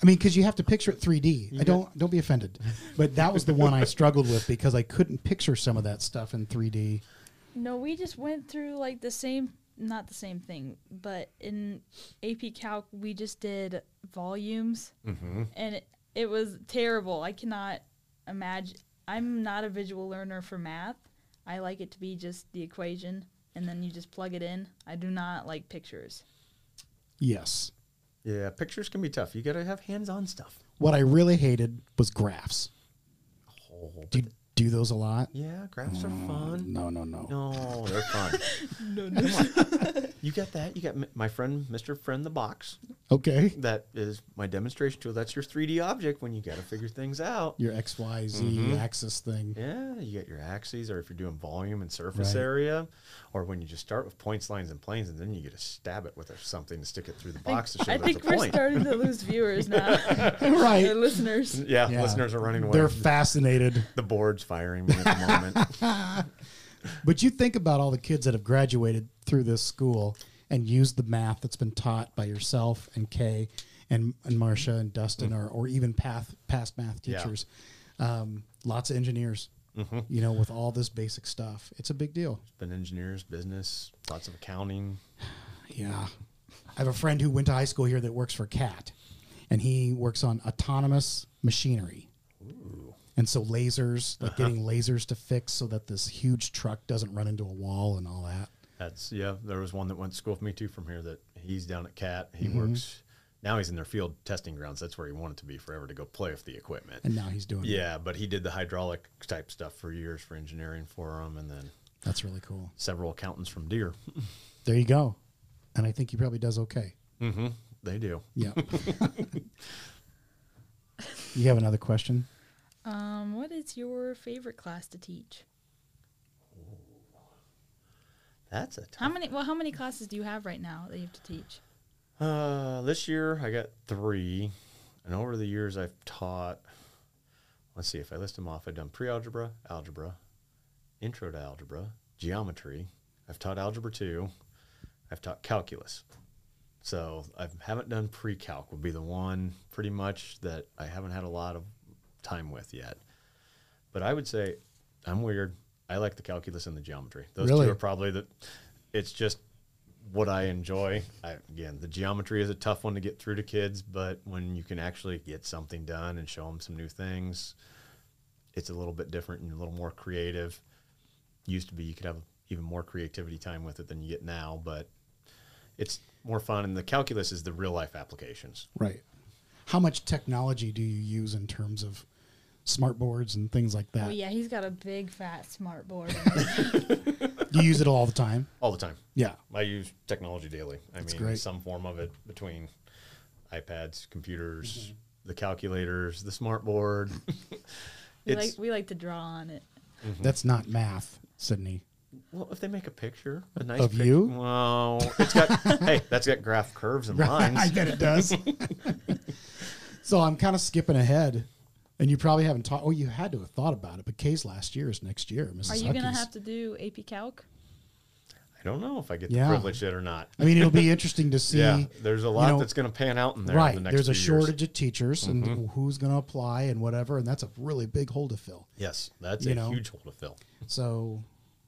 A: I mean, because you have to picture it 3D. I don't don't be offended, but that was the one I struggled with because I couldn't picture some of that stuff in 3D.
E: No, we just went through like the same, not the same thing, but in AP Calc we just did volumes,
G: Mm-hmm.
E: and it, it was terrible. I cannot imagine. I'm not a visual learner for math. I like it to be just the equation, and then you just plug it in. I do not like pictures.
A: Yes.
G: Yeah, pictures can be tough. You got to have hands-on stuff.
A: What I really hated was graphs.
G: Oh,
A: Do you do those a lot?
G: yeah, graphs are fun.
A: No, no, no.
G: No, they're fun.
B: No, no.
G: You got that? You got m- my friend, Mr. Friend the Box.
A: Okay.
G: That is my demonstration tool. That's your 3D object when you got to figure things out.
A: Your XYZ axis thing.
G: Mm-hmm. Yeah, you got your axes, or if you're doing volume and surface
A: Right.
G: area, or when you just start with points, lines, and planes, and then you get to stab it with something to stick it through the box to show
E: I
G: that's
E: think
G: a
E: we're
G: point.
E: starting to lose viewers now, or
A: right.
E: listeners.
G: yeah,
A: Yeah.
G: listeners are running away.
A: They're fascinated.
G: the board's firing me at the moment.
A: But you think about all the kids that have graduated through this school and used the math that's been taught by yourself and Kay and, and Marcia and Dustin or, or even path, past math
G: Mm-hmm. Yeah. Mm-hmm.
A: teachers. Um, lots of engineers, you know, with all this basic stuff. It's a big deal.
G: been engineers, business, lots of accounting.
A: Yeah. I have a friend who went to high school here that works for CAT, and he works on autonomous machinery. And so lasers, like getting lasers to fix so that this huge truck doesn't run into a wall and all that.
G: That's yeah. There was one that went to school with me too from here. That he's down at Cat. He works now. He's in their field testing grounds. That's where he wanted to be forever to go play with the equipment.
A: And now he's doing it.
G: Yeah, but he did the hydraulic type stuff for years for engineering for him, and then
A: That's really cool.
G: several accountants from Deer.
A: There you go. And I think he probably does okay.
G: They do.
A: Yeah. you have another question?
E: Um, what is your favorite class to teach?
G: That's a
E: How
G: tough.
E: many? Well, how many classes do you have right now that you have to teach?
G: Uh, this year I got three, and over the years I've taught. Let's see if I list them off. I've done pre-algebra, algebra, intro to algebra, geometry. I've taught algebra two. I've taught calculus. So I haven't done pre-calc. Would be the one pretty much that I haven't had a lot of time with yet. But I would say I'm weird. I like the calculus and the geometry. Those
A: Really?
G: two are probably the. It's just what I enjoy. I, again, the geometry is a tough one to get through to kids, but when you can actually get something done and show them some new things, it's a little bit different and a little more creative. Used to be you could have even more creativity time with it than you get now, but it's more fun. And the calculus is the real life applications.
A: Right. How much technology do you use in terms of smart boards and things like that?
E: Oh yeah, he's got a big fat smart board.
A: Do you use it all the time?
G: all the time.
A: Yeah.
G: I use technology daily. I mean,
A: great.
G: some form of it between iPads, computers,
A: Mm-hmm.
G: the calculators, the smart board.
E: we,
G: it's
E: like, we like to draw on it.
A: That's not math, Sydney.
G: well, if they make a picture, a nice
A: Of
G: pic-
A: you?
G: Well, it's got hey, that's got graph curves and
A: I
G: lines.
A: bet it does. so I'm kind of skipping ahead, and you probably haven't taught. Oh, you had to have thought about it, but Kay's last year is next year. Mrs.
E: Are you gonna
A: Huckey's.
E: have to do AP Calc?
G: I don't know if I get
A: Yeah.
G: the privilege yet or not.
A: I mean, it'll be interesting to see.
G: yeah, there's a lot
A: know,
G: that's going to pan out in there.
A: right.
G: the next
A: there's a
G: few years. Mm-hmm.
A: shortage of teachers, and who's going to apply and whatever, and that's a really big hole to fill.
G: Yes, that's
A: you
G: a
A: know.
G: huge hole to fill.
A: So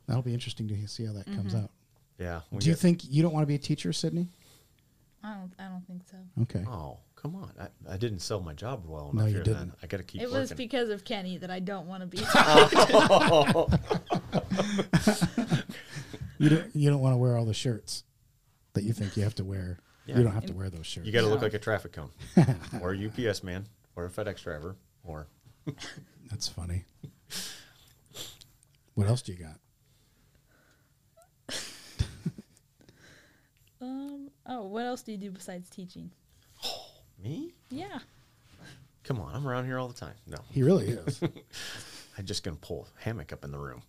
A: that'll be interesting to see how that comes
E: Mm-hmm.
A: out.
G: Yeah. we
A: Do you
G: get-
A: think you don't want to be a teacher, Sydney?
E: I don't. I don't think so.
A: Okay.
G: Oh, come on! I, I didn't sell my job well enough
A: No, you
G: here. Then
A: didn't.
G: I got to keep
E: it was
G: working.
E: because of Kenny that I don't want to be.
A: You don't. You don't want to wear all the shirts that you think you have to wear.
G: Yeah.
A: You don't have to wear those shirts.
G: You got to look like a traffic cone, or a UPS man, or a FedEx driver, or
A: That's funny. What else do you got?
E: um. Oh, what else do you do besides teaching?
G: Me?
E: Yeah.
G: Come on, I'm around here all the time. No,
A: He really is.
G: I'm just gonna pull a hammock up in the room.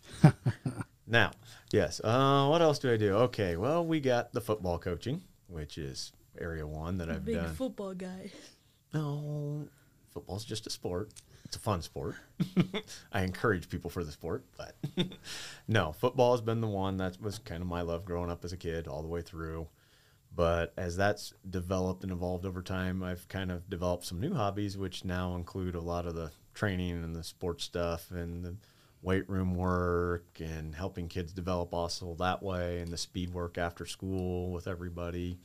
G: now, yes. Uh, what else do I do? Okay. Well, we got the football coaching, which is area one that I've
E: Big
G: done.
E: football guy.
G: no, football's just a sport. It's a fun sport. I encourage people for the sport, but no, football has been the one that was kind of my love growing up as a kid, all the way through. But as that's developed and evolved over time, I've kind of developed some new hobbies, which now include a lot of the training and the sports stuff and the weight room work and helping kids develop also that way and the speed work after school with everybody.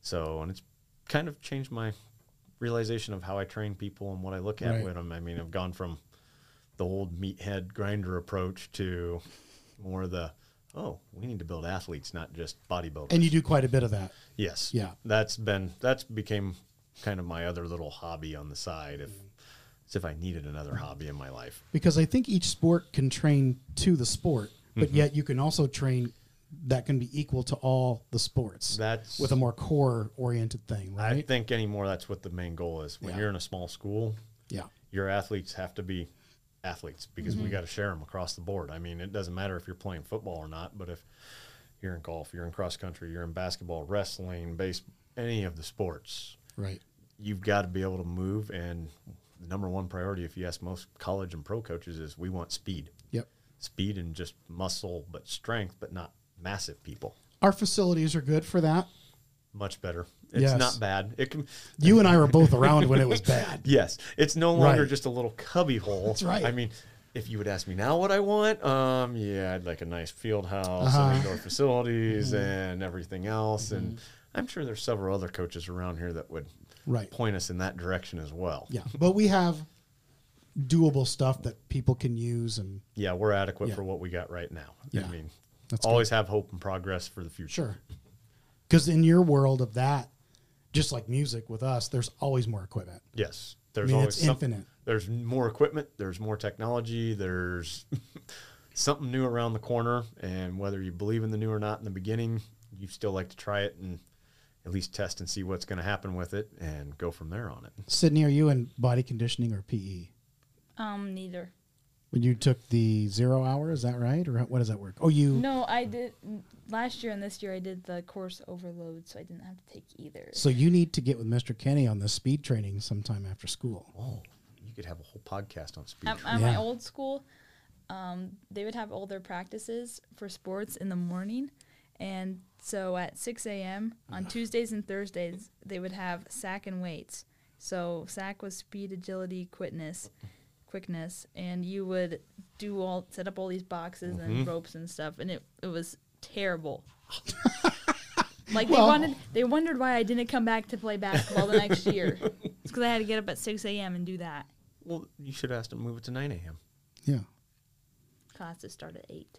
G: So, and it's kind of changed my realization of how I train people and what I look at
A: Right.
G: with them. I mean, I've gone from the old meathead grinder approach to more the, oh, we need to build athletes, not just bodybuilders.
A: and you do quite a bit of that.
G: Yes.
A: Yeah.
G: That's been that's became kind of my other little hobby on the side if as if I needed another hobby in my life.
A: Because I think each sport can train to the sport, but yet you can also train that can be equal to all the sports.
G: That's-
A: with a more core oriented thing, right?
G: I think anymore that's what the main goal is. When
A: Yeah.
G: you're in a small school,
A: yeah.
G: your athletes have to be athletes because we got to share them across the board. I mean, it doesn't matter if you're playing football or not, but if you're in golf, you're in cross country, you're in basketball, wrestling, base any of the sports,
A: Right.
G: you've got to be able to move and the number one priority if you ask most college and pro coaches is we want speed.
A: Yep.
G: speed and just muscle, but strength, but not massive people.
A: Our facilities are good for that.
G: Much better. It's
A: Yes.
G: not bad. It can.
A: You and I were both around when it was bad.
G: Yes, it's no longer
A: Right.
G: just a little cubby hole. That's
A: right.
G: I mean, if you would ask me now what I want, um, yeah, I'd like a nice field house,
A: Uh-huh.
G: and indoor facilities,
A: Mm-hmm.
G: and everything else. And I'm sure there's several other coaches around here that would
A: Right.
G: point us in that direction as well.
A: Yeah. But we have doable stuff that people can use and
G: Yeah, we're adequate
A: Yeah.
G: for what we got right now.
A: Yeah.
G: I mean,
A: That's
G: always have hope and progress for the future.
A: Sure. Because in your world of that, just like music with us, there's always more equipment.
G: Yes, there's
A: mean,
G: always
A: it's
G: some-
A: infinite.
G: There's more equipment. There's more technology. There's something new around the corner, and whether you believe in the new or not in the beginning, you still like to try it and at least test and see what's going to happen with it, and go from there on it.
A: Sydney, are you in body conditioning or PE?
E: Um, neither.
A: When you took the zero hour, is that right? Or what does that work? Oh, you.
E: No, I did last year and this year. I did the course overload, so I didn't have to take either.
A: So you need to get with Mr. Kenny on this speed training sometime after school.
G: Oh, you could have a whole podcast on speed.
E: At,
G: training.
E: at
A: Yeah.
E: my old school, um, they would have all their practices for sports in the morning, and so at 6 a.m. on Tuesdays and Thursdays they would have sack and weights. So sack was speed, agility, quickness, quickness, and you would do all set up all these boxes
A: Mm-hmm.
E: and ropes and stuff, and it it was terrible. Like
A: Well-
E: they wanted, they wondered why I didn't come back to play basketball the next year. It's because I had to get up at 6 a.m. and do that.
G: well, you should ask them to move it to 9 a.m.
A: Yeah.
E: Classes start at eight.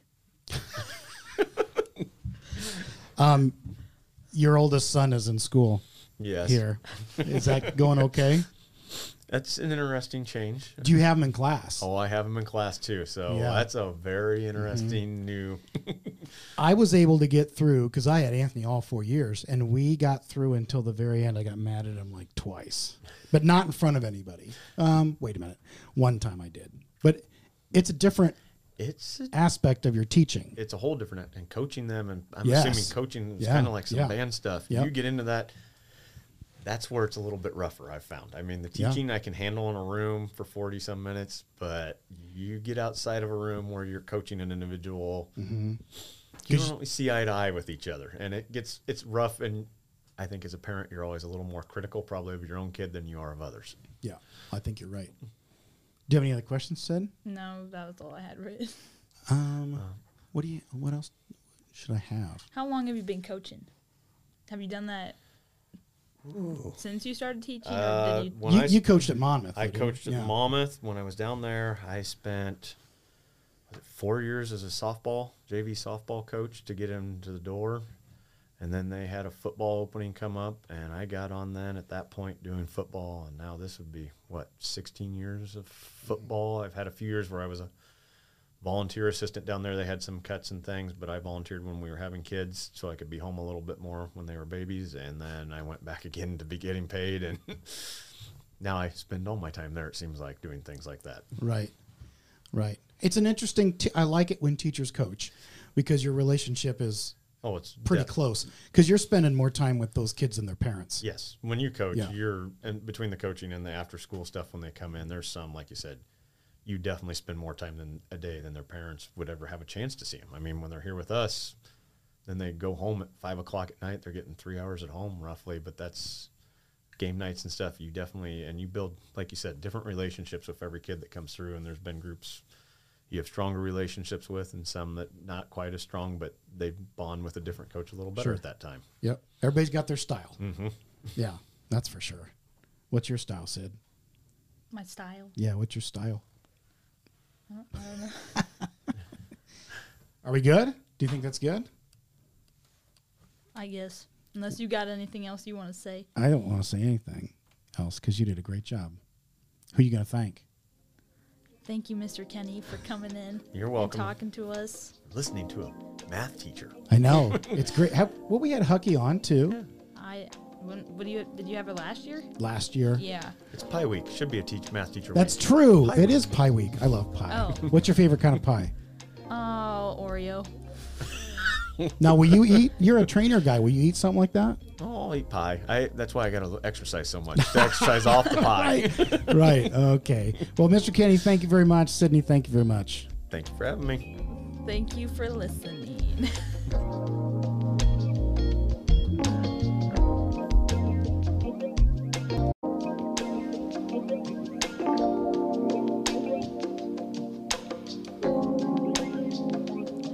A: Your oldest son is in school
G: Yes,
A: here. Is that going okay?
G: that's an interesting change.
A: Do you have him in class?
G: Oh, I have them in class too, so
A: Yeah.
G: that's a very interesting new.
A: I was able to get through because I had Anthony all four years, and we got through until the very end. I got mad at him like twice, but not in front of anybody. Um, wait a minute, one time I did, but it's a different
G: It's a
A: aspect of your teaching.
G: it's a whole different and coaching them and I'm
A: Yes.
G: assuming coaching is
A: Yeah,
G: kind of like some
A: yeah.
G: band stuff.
A: Yep.
G: You get into that that's where it's a little bit rougher I've found. I mean, the
A: Yeah.
G: teaching I can handle in a room for 40 some minutes, but you get outside of a room where you're coaching an individual,
A: Mm-hmm.
G: you don't always see eye to eye with each other and it gets it's rough and I think as a parent you're always a little more critical probably of your own kid than you are of others.
A: Yeah, I think you're right. Do you have any other questions, Sid?
E: No, that was all I had written.
A: Um,
G: Uh,
A: what do you? What else should I have?
E: How long have you been coaching? Have you done that since you started teaching? or
G: Uh,
E: did you,
G: when
A: You,
G: I-
A: you coached at Monmouth.
G: I
A: though, didn't
G: coached
A: you?
G: at Monmouth when I was down there. I spent was it four years as a softball JV softball coach to get into the door, and then they had a football opening come up, and I got on then at that point doing football, and now this would be what 16 years of football. I've had a few years where I was a volunteer assistant down there. They had some cuts and things, but I volunteered when we were having kids so I could be home a little bit more when they were babies. And then I went back again to be getting paid. And now I spend all my time there, it seems like, doing things like that.
H: Right. Right. It's an interesting. T- I like it when teachers coach because your relationship is
G: Oh, it's
H: pretty
G: def-
H: close because you're spending more time with those kids and their parents.
G: Yes, when you coach,
H: Yeah.
G: you're and between the coaching and the after school stuff when they come in, there's some like you said, you definitely spend more time than a day than their parents would ever have a chance to see them. I mean, when they're here with us, then they go home at five o'clock at night. They're getting three hours at home roughly, but that's game nights and stuff. You definitely and you build like you said different relationships with every kid that comes through. And there's been groups you have stronger relationships with, and some that not quite as strong, but they bond with a different coach a little better
H: Sure.
G: at that time.
H: Yep. Everybody's got their style. Mm-hmm. Yeah, that's for sure. What's your style, Sid?
E: My style.
H: Yeah, what's your style? Are we good? Do you think that's good?
E: I guess. Unless you got anything else you want to say.
H: I don't want to say anything else because you did a great job. Who you going to thank?
E: Thank you, Mr. Kenny, for coming in.
G: You're welcome.
E: And talking to us.
G: listening to a math teacher.
H: I know it's great. Have, well, we had Hucky on too
E: I. When, what do you? Did you have her last year?
H: last year.
E: Yeah.
G: It's Pi Week. Should be a teach math teacher.
H: That's
G: week.
H: true. It is Pie Week. I love pie.
E: Oh.
H: What's your favorite kind of pie?
E: Oh, Oreo.
H: Now, will you eat? You're a trainer guy. Will you eat something like that?
G: Oh, I'll eat pie. I, that's why I got to exercise so much. To exercise off the pie.
H: right. Okay. Well, Mr. Kenny, thank you very much. Sydney, thank you very much.
G: Thank you for having me.
E: Thank you for listening.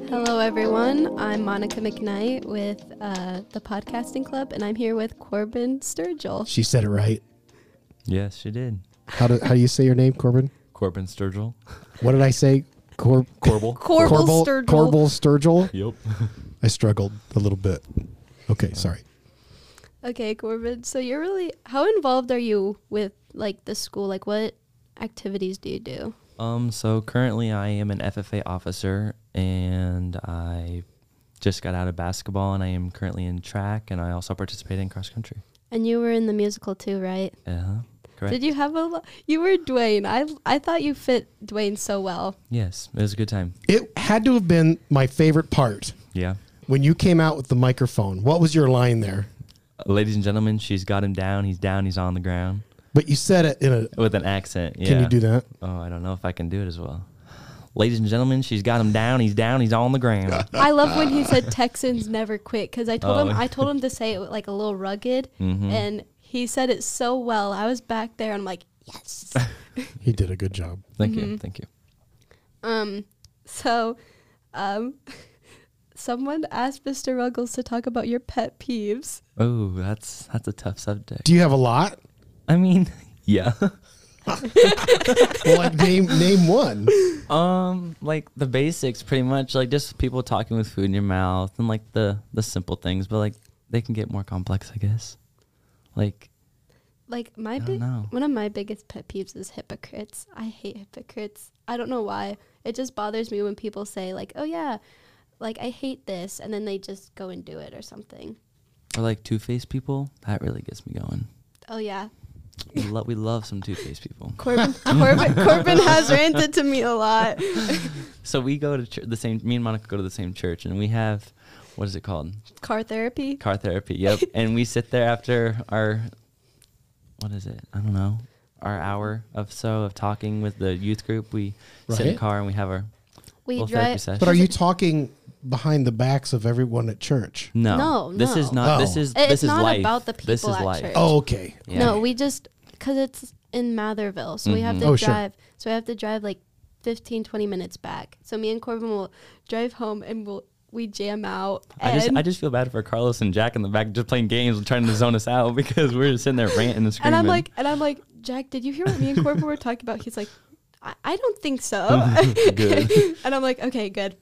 I: Hello, everyone. I'm Monica McKnight with uh, the Podcasting Club, and I'm here with Corbin Sturgill.
H: She said it right.
F: Yes, she did.
H: How do how do you say your name, Corbin?
F: Corbin Sturgill.
H: What did I say? Cor-
F: Corbel.
I: Corbel Sturgill.
H: Corbel Sturgill.
F: yep.
H: I struggled a little bit. Okay, sorry.
I: Okay, Corbin. So you're really how involved are you with like the school? Like, what activities do you do?
J: Um, so currently I am an FFA officer and I just got out of basketball and I am currently in track and I also participate in cross country.
I: And you were in the musical too, right?
J: Uh-huh. Correct.
I: Did you have a? Lo- you were Dwayne. I I thought you fit Dwayne so well.
J: Yes, it was a good time.
A: It had to have been my favorite part
J: Yeah.
A: when you came out with the microphone. What was your line there?
J: Uh, Ladies and gentlemen, she's got him down. He's down. He's on the ground
A: But you said it in a.
J: with an accent. Yeah.
A: Can you do that?
J: Oh, I don't know if I can do it as well. Ladies and gentlemen, she's got him down. He's down. He's on the ground.
I: I love when he said Texans never quit because I told
J: Oh. Mm-hmm.
I: him I told him to say it like a little rugged, and he said it so well. I was back there. and I'm like, yes.
A: He did a good job.
J: Thank
I: Mm-hmm.
J: you. Thank you.
I: Um, so, um, someone asked Mr. Ruggles to talk about your pet peeves.
J: Oh, that's that's a tough subject.
A: Do you have a lot?
J: I mean, yeah.
A: Well, like name name one.
J: Um, like the basics, pretty much, like just people talking with food in your mouth and like the the simple things, but like they can get more complex, I guess. Like,
I: Like my
J: don't
I: big,
J: know.
I: one of my biggest pet peeves is hypocrites. I hate hypocrites. I don't know why. It just bothers me when people say like, "Oh yeah, like I hate this," and then they just go and do it or something.
J: or like two faced people, that really gets me going.
I: Oh yeah,
J: We, lo- we love some two faced people.
I: Corbin, Corbin, Corbin has ranted to me a lot.
J: So we go to chur the same. Me and Monica go to the same church, and we have what is it called?
I: Car therapy.
J: Car therapy. Yep. and we sit there after our what is it? I don't know. Our hour of so of talking with the youth group, we sit in
A: Right.
J: a car and we have our
I: we
J: little therapy
I: drive.
J: session.
A: But are you talking behind the backs of everyone at church?
J: No,
I: No,
J: This is
I: no.
J: not.
A: Oh.
J: This is
I: It's
J: this is
I: not
J: life.
I: about the people
J: this is
I: at
J: life.
I: church.
A: Oh, okay.
J: Yeah.
I: No, we just because it's in Matherville, so we have
J: Mm-hmm.
I: to
A: Oh, sure.
I: drive. So we have to drive like 15, 20 minutes back. So me and Corbin will drive home and we'll we jam out.
J: I just
I: and-
J: I just feel bad for Carlos and Jack in the back just playing games and trying to zone us out because we're just sitting there ranting and screaming.
I: and I'm like and I'm like Jack, did you hear what me and Corbin were talking about? He's like, I, I don't think so.
J: good,
I: and I'm like, okay, good.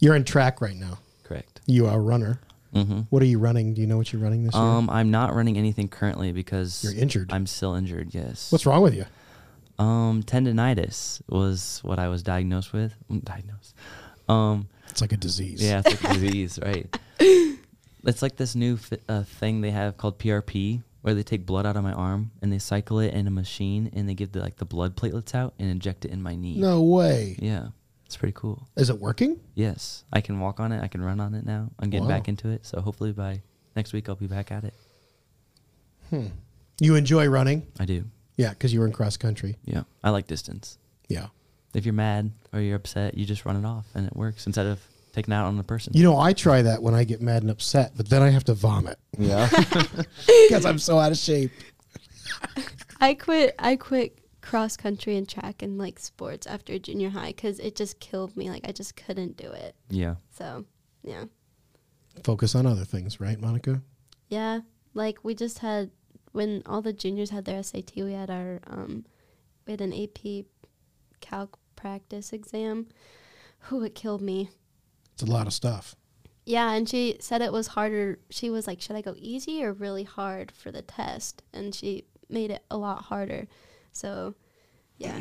A: You're in track right now.
J: correct.
A: You are a runner.
J: Mm-hmm.
A: What are you running? Do you know what you're running this year?
J: Um, I'm not running anything currently because
A: You're injured.
J: I'm still injured. Yes.
A: What's wrong with you?
J: wrong? Um, tendonitis was what I was diagnosed with. Mm, Diagnosed. Um,
A: it's like a disease.
J: Yeah, it's like a disease, right? It's like this new fi- uh, thing they have called PRP, where they take blood out of my arm and they cycle it in a machine and they give the like the blood platelets out and inject it in my knee.
A: No way.
J: Yeah, it's pretty cool.
A: Is it working?
J: Yes, I can walk on it. I can run on it now. I'm getting
A: Wow.
J: back into it, so hopefully by next week I'll be back at it.
A: Hmm. You enjoy running?
J: I do.
A: Yeah, because you were in cross country.
J: Yeah, I like distance.
A: Yeah.
J: If you're mad or you're upset, you just run it off and it works instead of taking it out on the person.
A: You know, I try that when I get mad and upset, but then I have to vomit.
J: Yeah.
A: Because I'm so out of shape.
I: I quit. I quit cross country and track and like sports after junior high because it just killed me. Like I just couldn't do it.
J: Yeah.
I: So yeah,
A: Focus on other things, right, Monica?
I: yeah. Like we just had when all the juniors had their SAT. We had our um, we had an AP calc practice exam. Who it killed me.
A: It's a lot of stuff.
I: Yeah, and she said it was harder. She was like, "Should I go easy or really hard for the test?" And she made it a lot harder. So, yeah.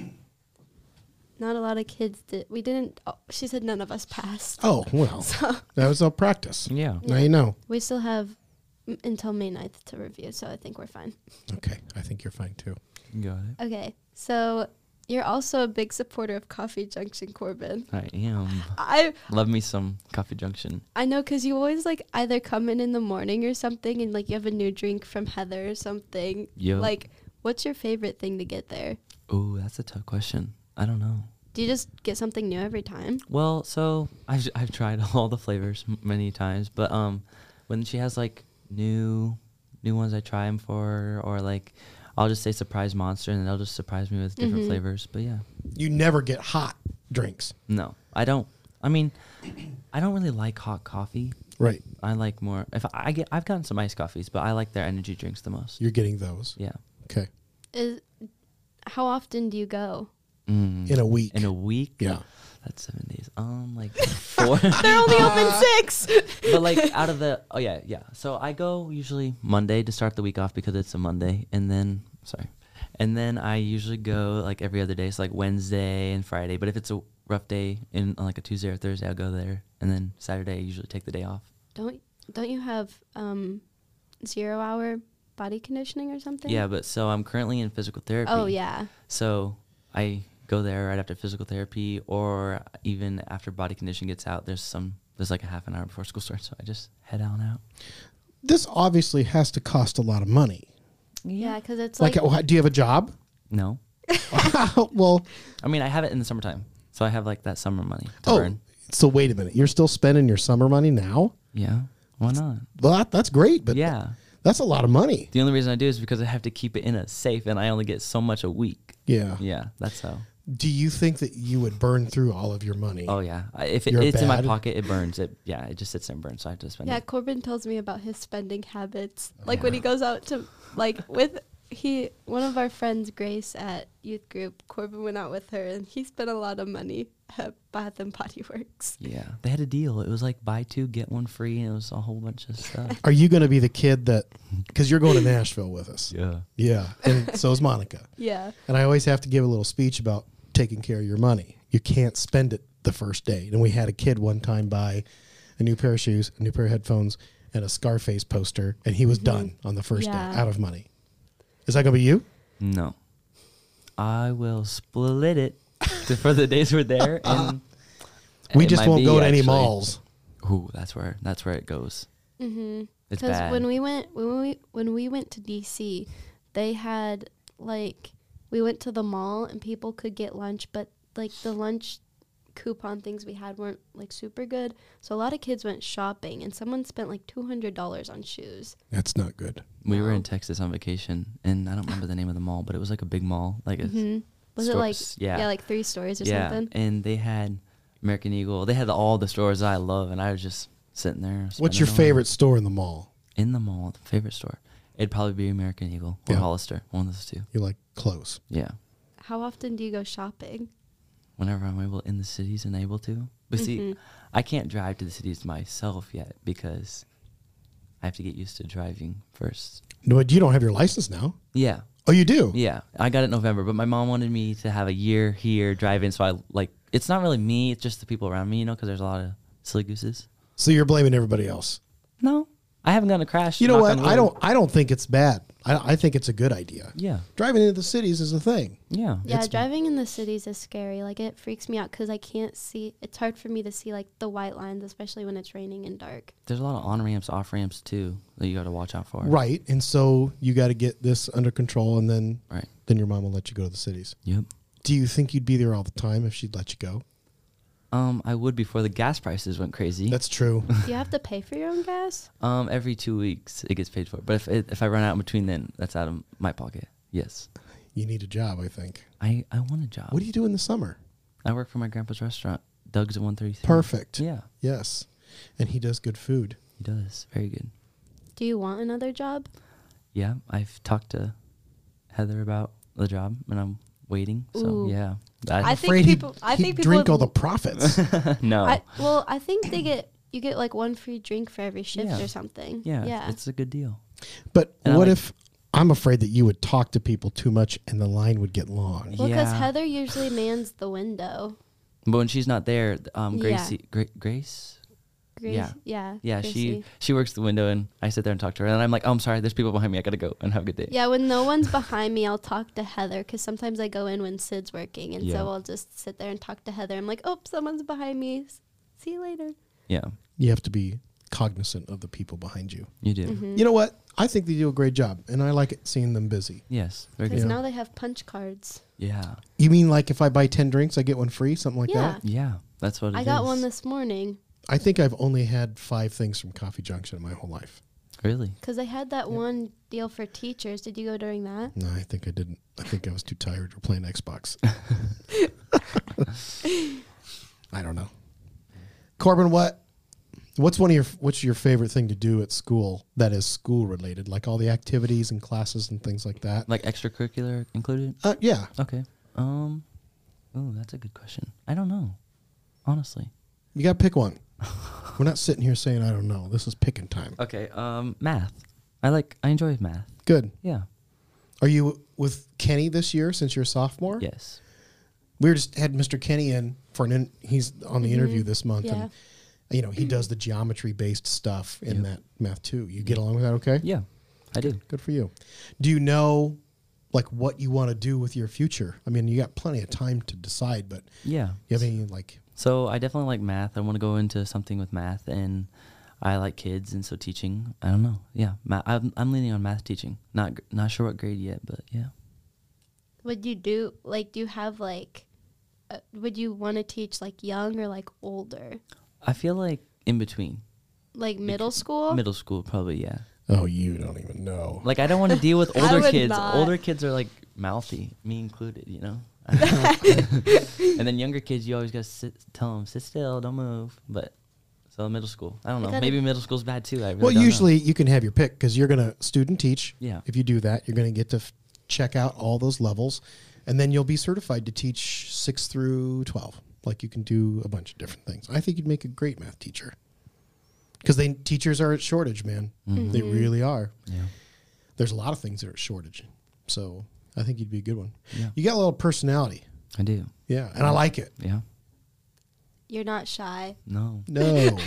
I: Not a lot of kids did. We didn't. Oh, she said none of us passed.
A: Oh, well.
I: So
A: That was all practice.
J: Yeah.
A: Now you know.
I: we still have m- until May 9th to review, so I think we're fine.
A: Okay. I think you're fine too.
J: Got it.
I: Okay. So, you're also a big supporter of Coffee Junction, Corbin.
J: I am.
I: I
J: Love me some Coffee Junction.
I: I know because you always like either come in in the morning or something, and like you have a new drink from Heather or something.
J: Yep.
I: Like, what's your favorite thing to get there?
J: Oh, that's a tough question. I don't know.
I: Do you just get something new every time?
J: Well, so I've I've tried all the flavors m- many times, but um, when she has like new new ones, I try them for, her, or like I'll just say surprise monster, and they'll just surprise me with different
A: Mhm.
J: flavors. But yeah,
A: You never get hot drinks.
J: no, I don't. I mean, I don't really like hot coffee.
A: Right.
J: I like more. If I, I get, I've gotten some iced coffees, but I like their energy drinks the most.
A: You're getting those.
J: Yeah.
A: Okay.
I: Is how often do you go?
A: In a week.
J: Mm. In a week.
A: Yeah.
J: That's seven days. Um, like four.
I: They're only open six.
J: but like out of the oh yeah yeah so i go usually monday to start the week off because it's a monday and then sorry and then i usually go like every other day so like wednesday and friday but if it's a rough day in on like a tuesday or thursday i'll go there and then saturday i usually take the day off
I: don't don't you have um, zero hour body conditioning or something?
J: yeah but so i'm currently in physical therapy
I: Oh, yeah.
J: so i go there right after physical therapy or even after body condition gets out there's some there's like a half an hour before school starts so i just head on out
A: This obviously has to cost a lot of money.
I: yeah, because it's
A: Like,
I: like,
A: oh, do you have a job?
J: No.
A: well,
J: I mean, I have it in the summertime, so I have like that summer money to
A: oh,
J: burn.
A: so wait a minute. You're still spending your summer money now?
J: Yeah. Why not?
A: Well, that, that's great, but
J: yeah,
A: that's a lot of money.
J: The only reason I do is because I have to keep it in a safe, and I only get so much a week.
A: Yeah.
J: Yeah, that's how.
A: Do you think that you would burn through all of your money?
J: Oh yeah, I, if it,
A: You're
J: it's in my
A: bad.
J: pocket, it burns. It yeah, it just sits there and burns. So I have to spend
I: yeah.
J: it.
I: Corbin tells me about his spending habits.
J: Oh,
I: Like when he goes out to like with he one of our friends Grace at youth group. Corbin went out with her and he spent a lot of money at Bath and Body Works.
J: Yeah, they had a deal. It was like buy two get one free, and it was a whole bunch of stuff.
A: Are you going to be the kid that, because you're going to Nashville with us?
J: Yeah.
A: Yeah. And so is Monica.
I: Yeah.
A: And I always have to give a little speech about taking care of your money. You can't spend it the first day. And we had a kid one time buy a new pair of shoes, a new pair of headphones, and a Scarface poster, and he was done on the first
I: Yeah.
A: day out of money. Is that going to be you?
J: No, I will split it to, for the days we're there, and
A: We
J: it
A: just
J: might
A: won't
J: be,
A: go to any
J: actually.
A: malls.
J: Ooh, that's where that's where it goes.
I: Mm-hmm.
J: It's
I: Because
J: bad.
I: when we went when we when we went to DC, they had like we went to the mall and people could get lunch, but like the lunch coupon things we had weren't like super good. So a lot of kids went shopping, and someone spent like two hundred dollars on shoes.
A: That's not good.
J: We were in Texas on vacation, and I don't remember the name of the mall, but it was like a big mall. Like it's
I: Mhm. Was it
J: store-
I: like
J: s-
I: yeah. like three stories or
J: yeah.
I: something?
J: And they had American Eagle. They had all the stores I love, and I was just sitting there.
A: What's
J: spending
A: your
J: all-
A: favorite store in the mall?
J: in the mall? Favorite store? It'd probably be American Eagle or
A: Yeah.
J: Hollister. One of those two.
A: You like clothes?
J: Yeah.
I: How often do you go shopping?
J: Whenever I'm able in the cities and able to, but see,
I: Mhm.
J: I can't drive to the cities myself yet because I have to get used to driving first.
A: No, but you don't have your license now.
J: Yeah.
H: Oh, you do?
J: Yeah, I got it in November, but my mom wanted me to have a year here drive in. So I like it's not really me; it's just the people around me, you know, because there's a lot of silly gooses.
A: So you're blaming everybody else.
J: No, I haven't gotten a crash.
A: You know
J: knock
A: what?
J: on
A: I
J: wood.
A: don't. I don't think it's bad. I, I think it's a good idea.
J: Yeah.
A: Driving into the cities is a thing.
J: Yeah.
I: Yeah, driving in the cities is scary. Like it freaks me out because I can't see. It's hard for me to see like the white lines, especially when it's raining and dark.
J: There's a lot of on ramps, off ramps too that you got to watch out for.
A: Right. And so you got to get this under control, and then
J: Right.
A: then your mom will let you go to the cities.
J: Yep.
A: Do you think you'd be there all the time if she'd let you go?
J: Um, I would before the gas prices went crazy.
A: That's true.
I: Do you have to pay for your own gas?
J: um, every two weeks it gets paid for, but if it, if I run out in between, then that's out of my pocket. Yes.
A: You need a job, I think.
J: I I want a job.
A: What do you do in the summer?
J: I work for my grandpa's restaurant, Doug's at one thirty three.
A: Perfect.
J: Yeah,
A: Yes. And he does good food.
J: he does very good.
I: Do you want another job?
J: Yeah, I've talked to Heather about the job, and I'm waiting. So
I: Ooh.
J: yeah,
I: I think
A: Afraid he'd-
I: people- I
A: he'd
I: think people
A: drink
I: would-
A: all the profits.
J: no.
I: I, well, I think they get you get like one free drink for every shift
J: Yeah.
I: or something.
J: yeah,
I: yeah.
J: it's a good deal.
A: but
J: And I
A: what
J: like-
A: if I'm afraid that you would talk to people too much and the line would get long?
I: well, because
J: yeah.
I: Heather usually mans the window.
J: But when she's not there, th- um,
I: Yeah.
J: Gracie, Gra- Grace,
I: Grace,
J: Yeah.
I: yeah,
J: yeah, she
I: Gracie.
J: she works the window, and I sit there and talk to her, and I'm like, oh, I'm sorry, there's people behind me, I gotta go and have a good day.
I: Yeah, when no one's behind me, I'll talk to Heather because sometimes I go in when Sid's working, and
J: Yeah.
I: so I'll just sit there and talk to Heather. I'm like, oh, someone's behind me. S- See you later.
J: yeah,
A: You have to be cognizant of the people behind you.
J: you do.
I: Mm-hmm. Mm.
A: You know what? I think they do a great job and I like it seeing them busy.
J: Yes, very
I: Because
J: good.
I: now they have punch cards.
J: Yeah,
A: You mean like if I buy 10 drinks, I get one free, something like
I: yeah,
A: that?
J: yeah, that's what it
I: I got one
J: is.
I: this morning
A: I think I've only had five things from Coffee Junction in my whole life.
J: really.
I: because they had that one deal for teachers. Did you go during that?
A: No, I think I didn't. I think I was too tired or playing Xbox. I don't know. Corbin, what what's one of your what's your favorite thing to do at school that is school related, like all the activities and classes and things like that?
J: Like extracurricular included.
A: Uh, yeah.
I: Oh.
J: Okay. Um. Oh, that's a good question. I don't know, honestly.
A: You got to pick one. We're not sitting here saying I don't know. This is picking time.
J: Okay. Um, math. I like. I enjoy math.
A: Good.
J: Yeah.
A: Are you with Kenny this year since you're a sophomore?
J: Yes.
A: we were just had Mr. Kenny in for an in, he's on the interview this month,
I: Yeah.
A: and you know he does the geometry based stuff in that math too. You get along with that, okay?
J: Yeah. I do.
A: Good for you. Do you know like what you want to do with your future? I mean, you got plenty of time to decide, but
J: Yeah.
A: you have any like
J: So I definitely like math. I want to go into something with math, and I like kids, and so teaching. I don't know. Yeah. Ma- I'm, I'm leaning on math teaching. Not gr- not sure what grade yet, but yeah.
I: Would you do like? Do you have like? Uh, would you want to teach like young or like older,
J: I feel like in between
I: like middle school?
J: middle school, probably. Yeah.
A: oh you don't even know.
J: Like I don't want to deal with
E: I
J: older
E: would
J: kids.
E: not.
J: Older kids are like mouthy, me included. You know. and then younger kids, you always gotta sit, tell them sit still, don't move. But so middle school, I don't know.
I: gotta-
J: Maybe middle school's bad too. I really
A: well,
J: don't know.
A: usually you can have your pick because you're gonna student teach.
J: Yeah.
A: If you do that, you're gonna get to f- check out all those levels, and then you'll be certified to teach six through twelve. Like you can do a bunch of different things. I think you'd make a great math teacher because they teachers are at shortage, man.
J: Mm-hmm.
A: They really are.
J: Yeah.
A: There's a lot of things that are at shortage, so I think you'd be a good one.
J: Yeah.
A: You got a little personality,
J: I do.
A: yeah, and I like it.
J: Yeah.
I: You're not shy.
J: No.
A: No,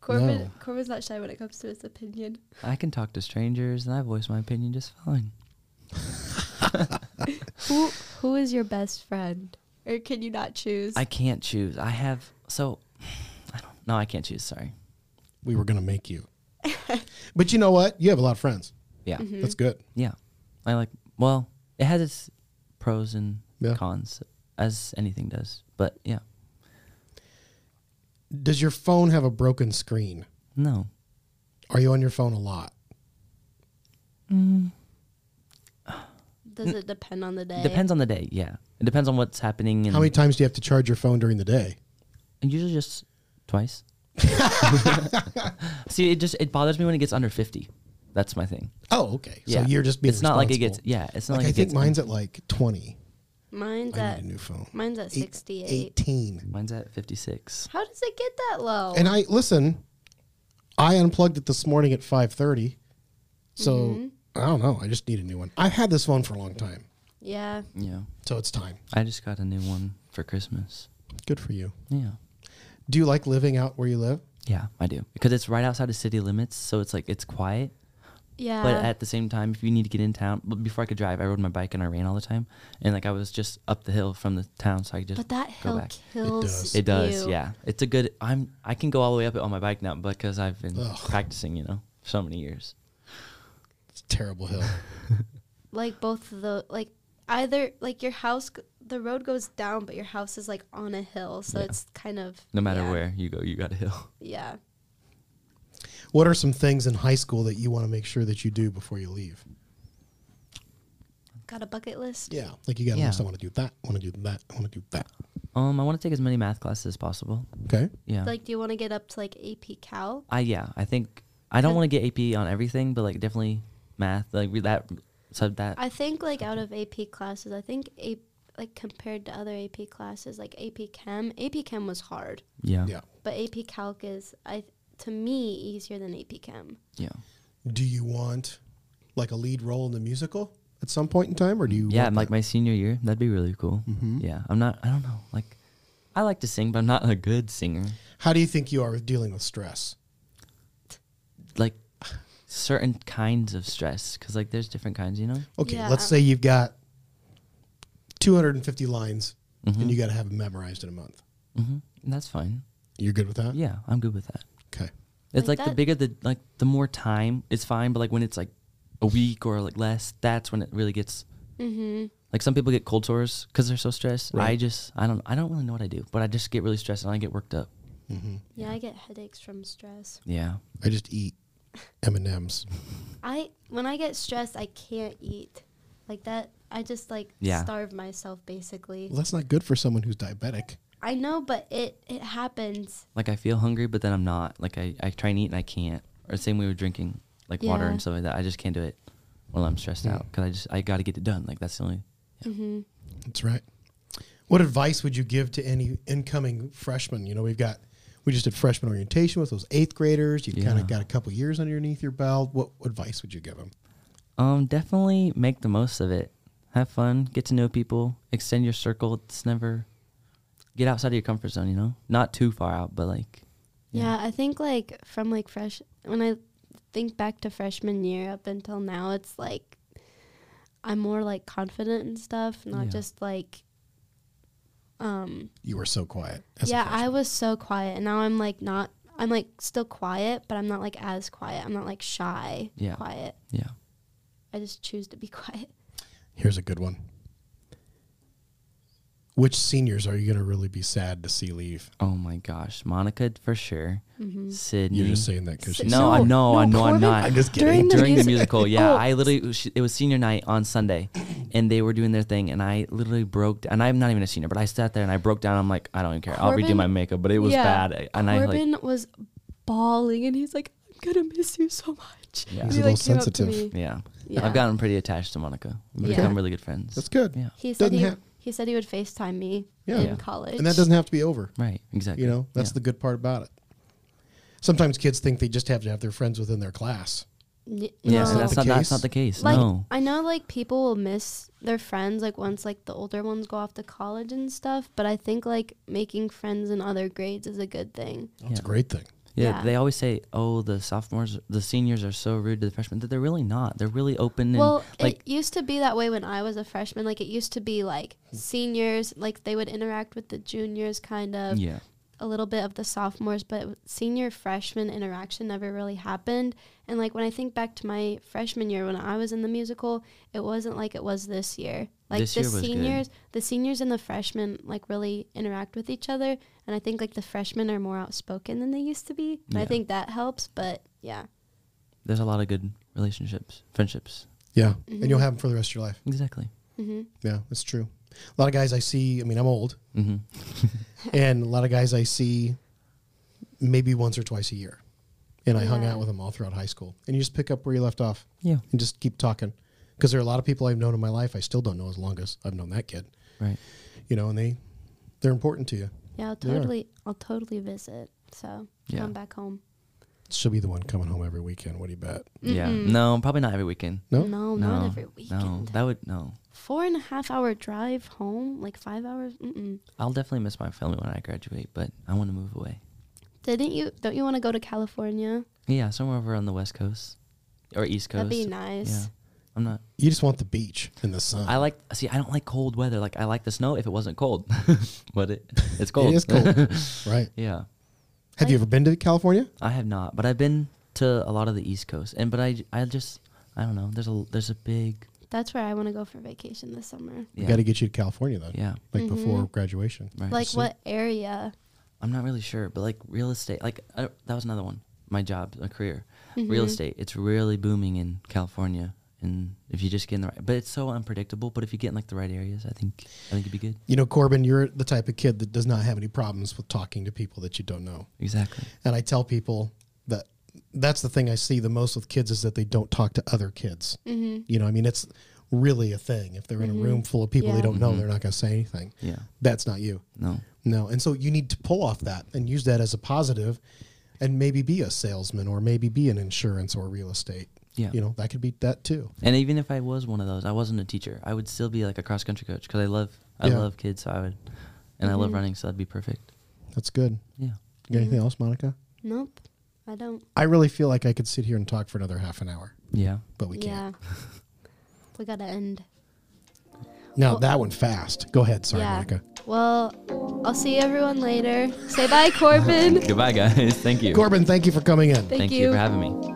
I: Corbin,
A: No.
I: Corbin's not shy when it comes to his opinion.
J: I can talk to strangers and I voice my opinion just fine.
I: Who who is your best friend, or can you not choose?
J: I can't choose. I have so I don't no, I can't choose, sorry.
A: we were gonna make you, but you know what? You have a lot of friends.
J: Yeah.
E: Mm-hmm.
A: That's good.
J: Yeah. I like well, it has its pros and
A: Yeah.
J: cons as anything does. But yeah.
A: Does your phone have a broken screen?
J: No.
A: Are you on your phone a lot?
I: Does it depend on the day?
J: Depends on the day, yeah. It depends on what's happening and
A: How many times do you have to charge your phone during the day?
J: and usually just twice. See, it just it bothers me when it gets under fifty. That's my thing.
A: Oh, okay.
J: Yeah.
A: So you're just being.
J: It's not like it
A: responsible.
J: gets- yeah, it's not like
A: I
J: it
A: think
J: gets-
A: mine's at like 20.
I: Mine's
A: I
I: at
A: need a new phone.
I: mine's at
A: Eight-
I: 68.
A: 18.
J: Mine's at fifty six.
I: How does it get that low?
A: And I listen. I unplugged it this morning at 5:30. So I don't know. I just need a new one. I've had this phone for a long time.
I: Yeah.
J: Yeah.
A: So it's time.
J: I just got a new one for Christmas.
A: Good for you.
J: Yeah.
A: Do you like living out where you live?
J: Yeah, I do. Because it's right outside of city limits, so it's like it's quiet.
I: Yeah.
J: But at the same time, if you need to get in town, but before I could drive, I rode my bike and I ran all the time. And like I was just up the hill from the town, so I could just
I: But that
J: go
I: hill
J: back.
I: kills It does.
J: It does.
I: you.
J: Yeah, it's a good. I'm. I can go all the way up it on my bike now because I've been practicing. You know, so many years.
A: It's a terrible hill.
I: like both of the like either like your house g- the road goes down but your house is like on a hill so it's kind of
J: No matter where you go, you got a hill.
I: yeah
A: What are some things in high school that you want to make sure that you do before you leave?
I: got a bucket list
A: Yeah. Like you got to
J: Yeah.
A: list. I want to do that. I want to do that. I want to do that.
J: Um, I want to take as many math classes as possible.
A: Okay.
J: Yeah.
I: like do you want to get up to like ap cal
J: I yeah, I think I don't want to get AP on everything, but like definitely math, like re- that sub that.
I: i think like out of ap classes i think a like compared to other ap classes like ap chem ap chem was hard
J: Yeah.
A: Yeah.
I: but ap calc is i to me easier than ap chem
J: Yeah.
A: Do you want like a lead role in the musical at some point in time, or do you?
J: Yeah,
A: want
J: like my senior year, that'd be really cool.
A: Mhm.
J: Yeah, I'm not. I don't know. Like, I like to sing, but I'm not a good singer.
A: How do you think you are with dealing with stress?
J: Like certain kinds of stress, because like there's different kinds, you know.
A: Okay,
I: Yeah.
A: let's say you've got 250 lines,
J: Mhm.
A: and you got to have them memorized in a month.
J: Mm-hmm. And that's fine.
A: You're good with that?
J: Yeah, I'm good with that.
A: Okay.
J: It's
I: Like
J: like,
I: that-
J: the bigger the like the more time, it's fine. But like when it's like a week or like less, that's when it really gets
I: mm-hmm
J: Like some people get cold sores because they're so stressed. I
A: Right.
J: just I don't I don't really know what I do, but I just get really stressed and I get worked up.
A: Mm-hmm.
I: yeah i get headaches from stress
J: Yeah.
A: I just eat M and M's.
I: I when I get stressed, I can't eat like that. I just like
A: Yeah.
I: starve myself basically.
A: Well, that's not good for someone who's diabetic.
I: I know, but it it happens.
J: Like I feel hungry, but then I'm not. Like I, I try and eat and I can't. Or same way with drinking, like water
I: Yeah.
J: and stuff like that. I just can't do it while I'm stressed out because I just I got to get it done. Like that's the only.
I: Mm-hmm.
A: That's right. What advice would you give to any incoming freshmen? You know, we've got we just did freshman orientation with those eighth graders. You've kind
J: Yeah.
A: of got a couple years underneath your belt. What advice would you give them?
J: Um, definitely make the most of it. Have fun, get to know people, extend your circle. It's never get outside of your comfort zone. You know, not too far out, but like
I: Yeah. I think like from like fresh when I think back to freshman year up until now, it's like I'm more like confident and stuff, not
A: Yeah.
I: just like um
A: You were so quiet. as a
I: yeah,
A: freshman.
I: I was so quiet, and now I'm like not. I'm like still quiet, but I'm not like as quiet. I'm not like shy.
A: Yeah.
I: Quiet.
J: Yeah.
I: I just choose to be quiet.
A: Here's a good one. Which seniors are you going to really be sad to see leave?
J: Oh my gosh, Monica for sure.
I: Mhm.
J: Sydney.
A: You're just saying that 'cause
J: Mm. no,
A: she's-
J: I know,
A: No,
J: I know,
A: Corbin,
J: I'm not.
A: I'm just kidding.
J: During the,
A: During the
J: musical,
A: music-
J: yeah,
A: Oh.
J: I literally sh- it was senior night on Sunday, and they were doing their thing, and I literally broke. d- And I'm not even a senior, but I sat there and I broke down. I'm like, I don't even care. I'll redo
I: Corbin-
J: my makeup, but it was
I: Yeah.
J: bad. And I like,
I: Corbin was bawling, and he's like, "I'm gonna miss you so much."
J: yeah,
I: And he, like, came up to me.
J: Yeah.
I: Yeah.
J: I've gotten pretty attached to Monica. We've
I: Yeah.
J: become really good friends.
A: That's good.
J: Yeah,
I: He said
A: Doesn't
I: he,
A: have-
I: he said he would Facetime me
A: Yeah.
I: in
A: Yeah.
I: college,
A: And that doesn't have to be over.
J: Right, exactly.
A: You know, that's the good part about it. Sometimes kids think they just have to have their friends within their class.
I: N-
J: Yeah,
I: no.
J: so that's not that's not the case.
I: Like uh,
J: no.
I: I know, like people will miss their friends, like once like the older ones go off to college and stuff. But I think like making friends in other grades is a good thing.
A: It's a great thing.
J: Yeah,
I: Yeah.
J: they always say, "Oh, the sophomores, the seniors are so rude to the freshmen." That they're really not. They're really open
I: Well,
J: and like
I: it used to be that way when I was a freshman. Like it used to be like seniors, like they would interact with the juniors, kind of.
J: Yeah.
I: A little bit of the sophomores, but senior freshman interaction never really happened. And like when I think back to my freshman year when I was in the musical, it wasn't like it was this year. Like
J: This
I: the
J: year was good.
I: seniors, the seniors and the freshmen like really interact with each other, and I think like the freshmen are more outspoken than they used to be. And I
J: Yeah.
I: think that helps, but yeah.
J: there's a lot of good relationships, friendships.
A: Yeah.
I: Mhm.
A: And you'll have them for the rest of your life.
J: Exactly.
I: Mm-hmm.
A: Yeah, that's true. A lot of guys I see, I mean, I'm old,
J: Mm-hmm.
A: and a lot of guys I see maybe once or twice a year. And I hung
J: Yeah.
A: out with them all throughout high school. And you just pick up where you left off.
J: Yeah.
A: And just keep talking. Because there are a lot of people I've known in my life I still don't know as long as I've known that kid.
J: Right.
A: You know, and they they're important to you.
I: Yeah, I'll
A: They are.
I: totally I'll totally visit. So
A: Yeah.
I: come back home.
A: She'll be the one coming home every weekend. What do you bet?
J: Yeah.
I: Mm-mm.
J: No, probably not every weekend.
A: No?
I: No, not every
J: No,
I: weekend.
J: that would no.
I: Four and a half hour drive home, like five hours. Mm-mm.
J: I'll definitely miss my family when I graduate, but I want to move away.
I: Didn't you? Don't you want to go to California?
J: Yeah, somewhere over on the West Coast or East Coast.
I: That'd be nice.
J: Yeah. I'm not.
A: You just want the beach and the sun.
J: I like see. I don't like cold weather. Like I like the snow if it wasn't cold, but it it's
A: It
J: cold.
A: is cold, right?
J: Yeah,
A: Have you ever been to California?
J: I have not, but I've been to a lot of the East Coast, and but I I just I don't know. There's a there's a big
I: That's where I want to go for vacation this summer.
A: We got to get you to California though.
J: Yeah.
A: like before
I: Mhm.
A: graduation.
J: Right.
I: Like
J: So-
I: what area?
J: I'm not really sure, but like real estate, like uh, that was another one. My job, a career, real
I: Mhm.
J: estate. It's really booming in California, and if you just get in the right, but it's so unpredictable. But if you get in like the right areas, I think I think it'd be good.
A: You know, Corbin, you're the type of kid that does not have any problems with talking to people that you don't know.
J: Exactly.
A: And I tell people that that's the thing I see the most with kids is that they don't talk to other kids.
I: Mhm.
A: You know, I mean, it's really a thing. If they're in a
I: Mhm.
A: room full of people they
I: Yeah.
A: don't know,
J: Mhm.
A: they're not going to say anything.
J: Yeah.
A: That's not you.
J: No.
A: No. And so you need to pull off that and use that as a positive and maybe be a salesman or maybe be an insurance or real estate.
J: Yeah.
A: You know, that could be that too.
J: And even if I was one of those, I wasn't a teacher. I would still be like a cross country coach because I love I
A: Yeah. Mm-hmm.
J: love kids. So I would, and I love
I: Mhm.
J: running, so that'd be perfect.
A: That's good.
J: Yeah.
A: You got anything else, Monica?
I: Nope, I don't.
A: I really feel like I could sit here and talk for another half an hour,
J: Yeah.
A: but we can't.
I: yeah, we gotta end.
A: Now that one fast. Go ahead. Sorry,
I: yeah.
A: Monica.
I: Well, I'll see everyone later. Say bye, Corbin.
J: Goodbye, guys. Thank you.
A: Corbin, thank you for coming in.
I: Thank,
J: Thank you for having me.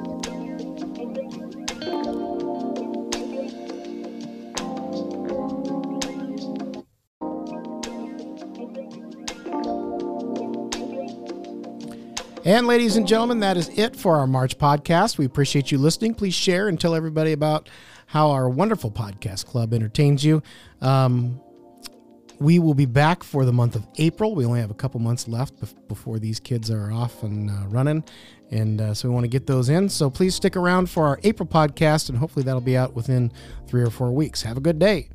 A: And ladies and gentlemen, that is it for our March podcast. We appreciate you listening. Please share and tell everybody about how our wonderful podcast club entertains you. Um, we will be back for the month of April. We only have a couple months left bef- before these kids are off and uh, running. And uh, so we want to get those in. So please stick around for our April podcast, and hopefully that'll be out within three or four weeks. Have a good day.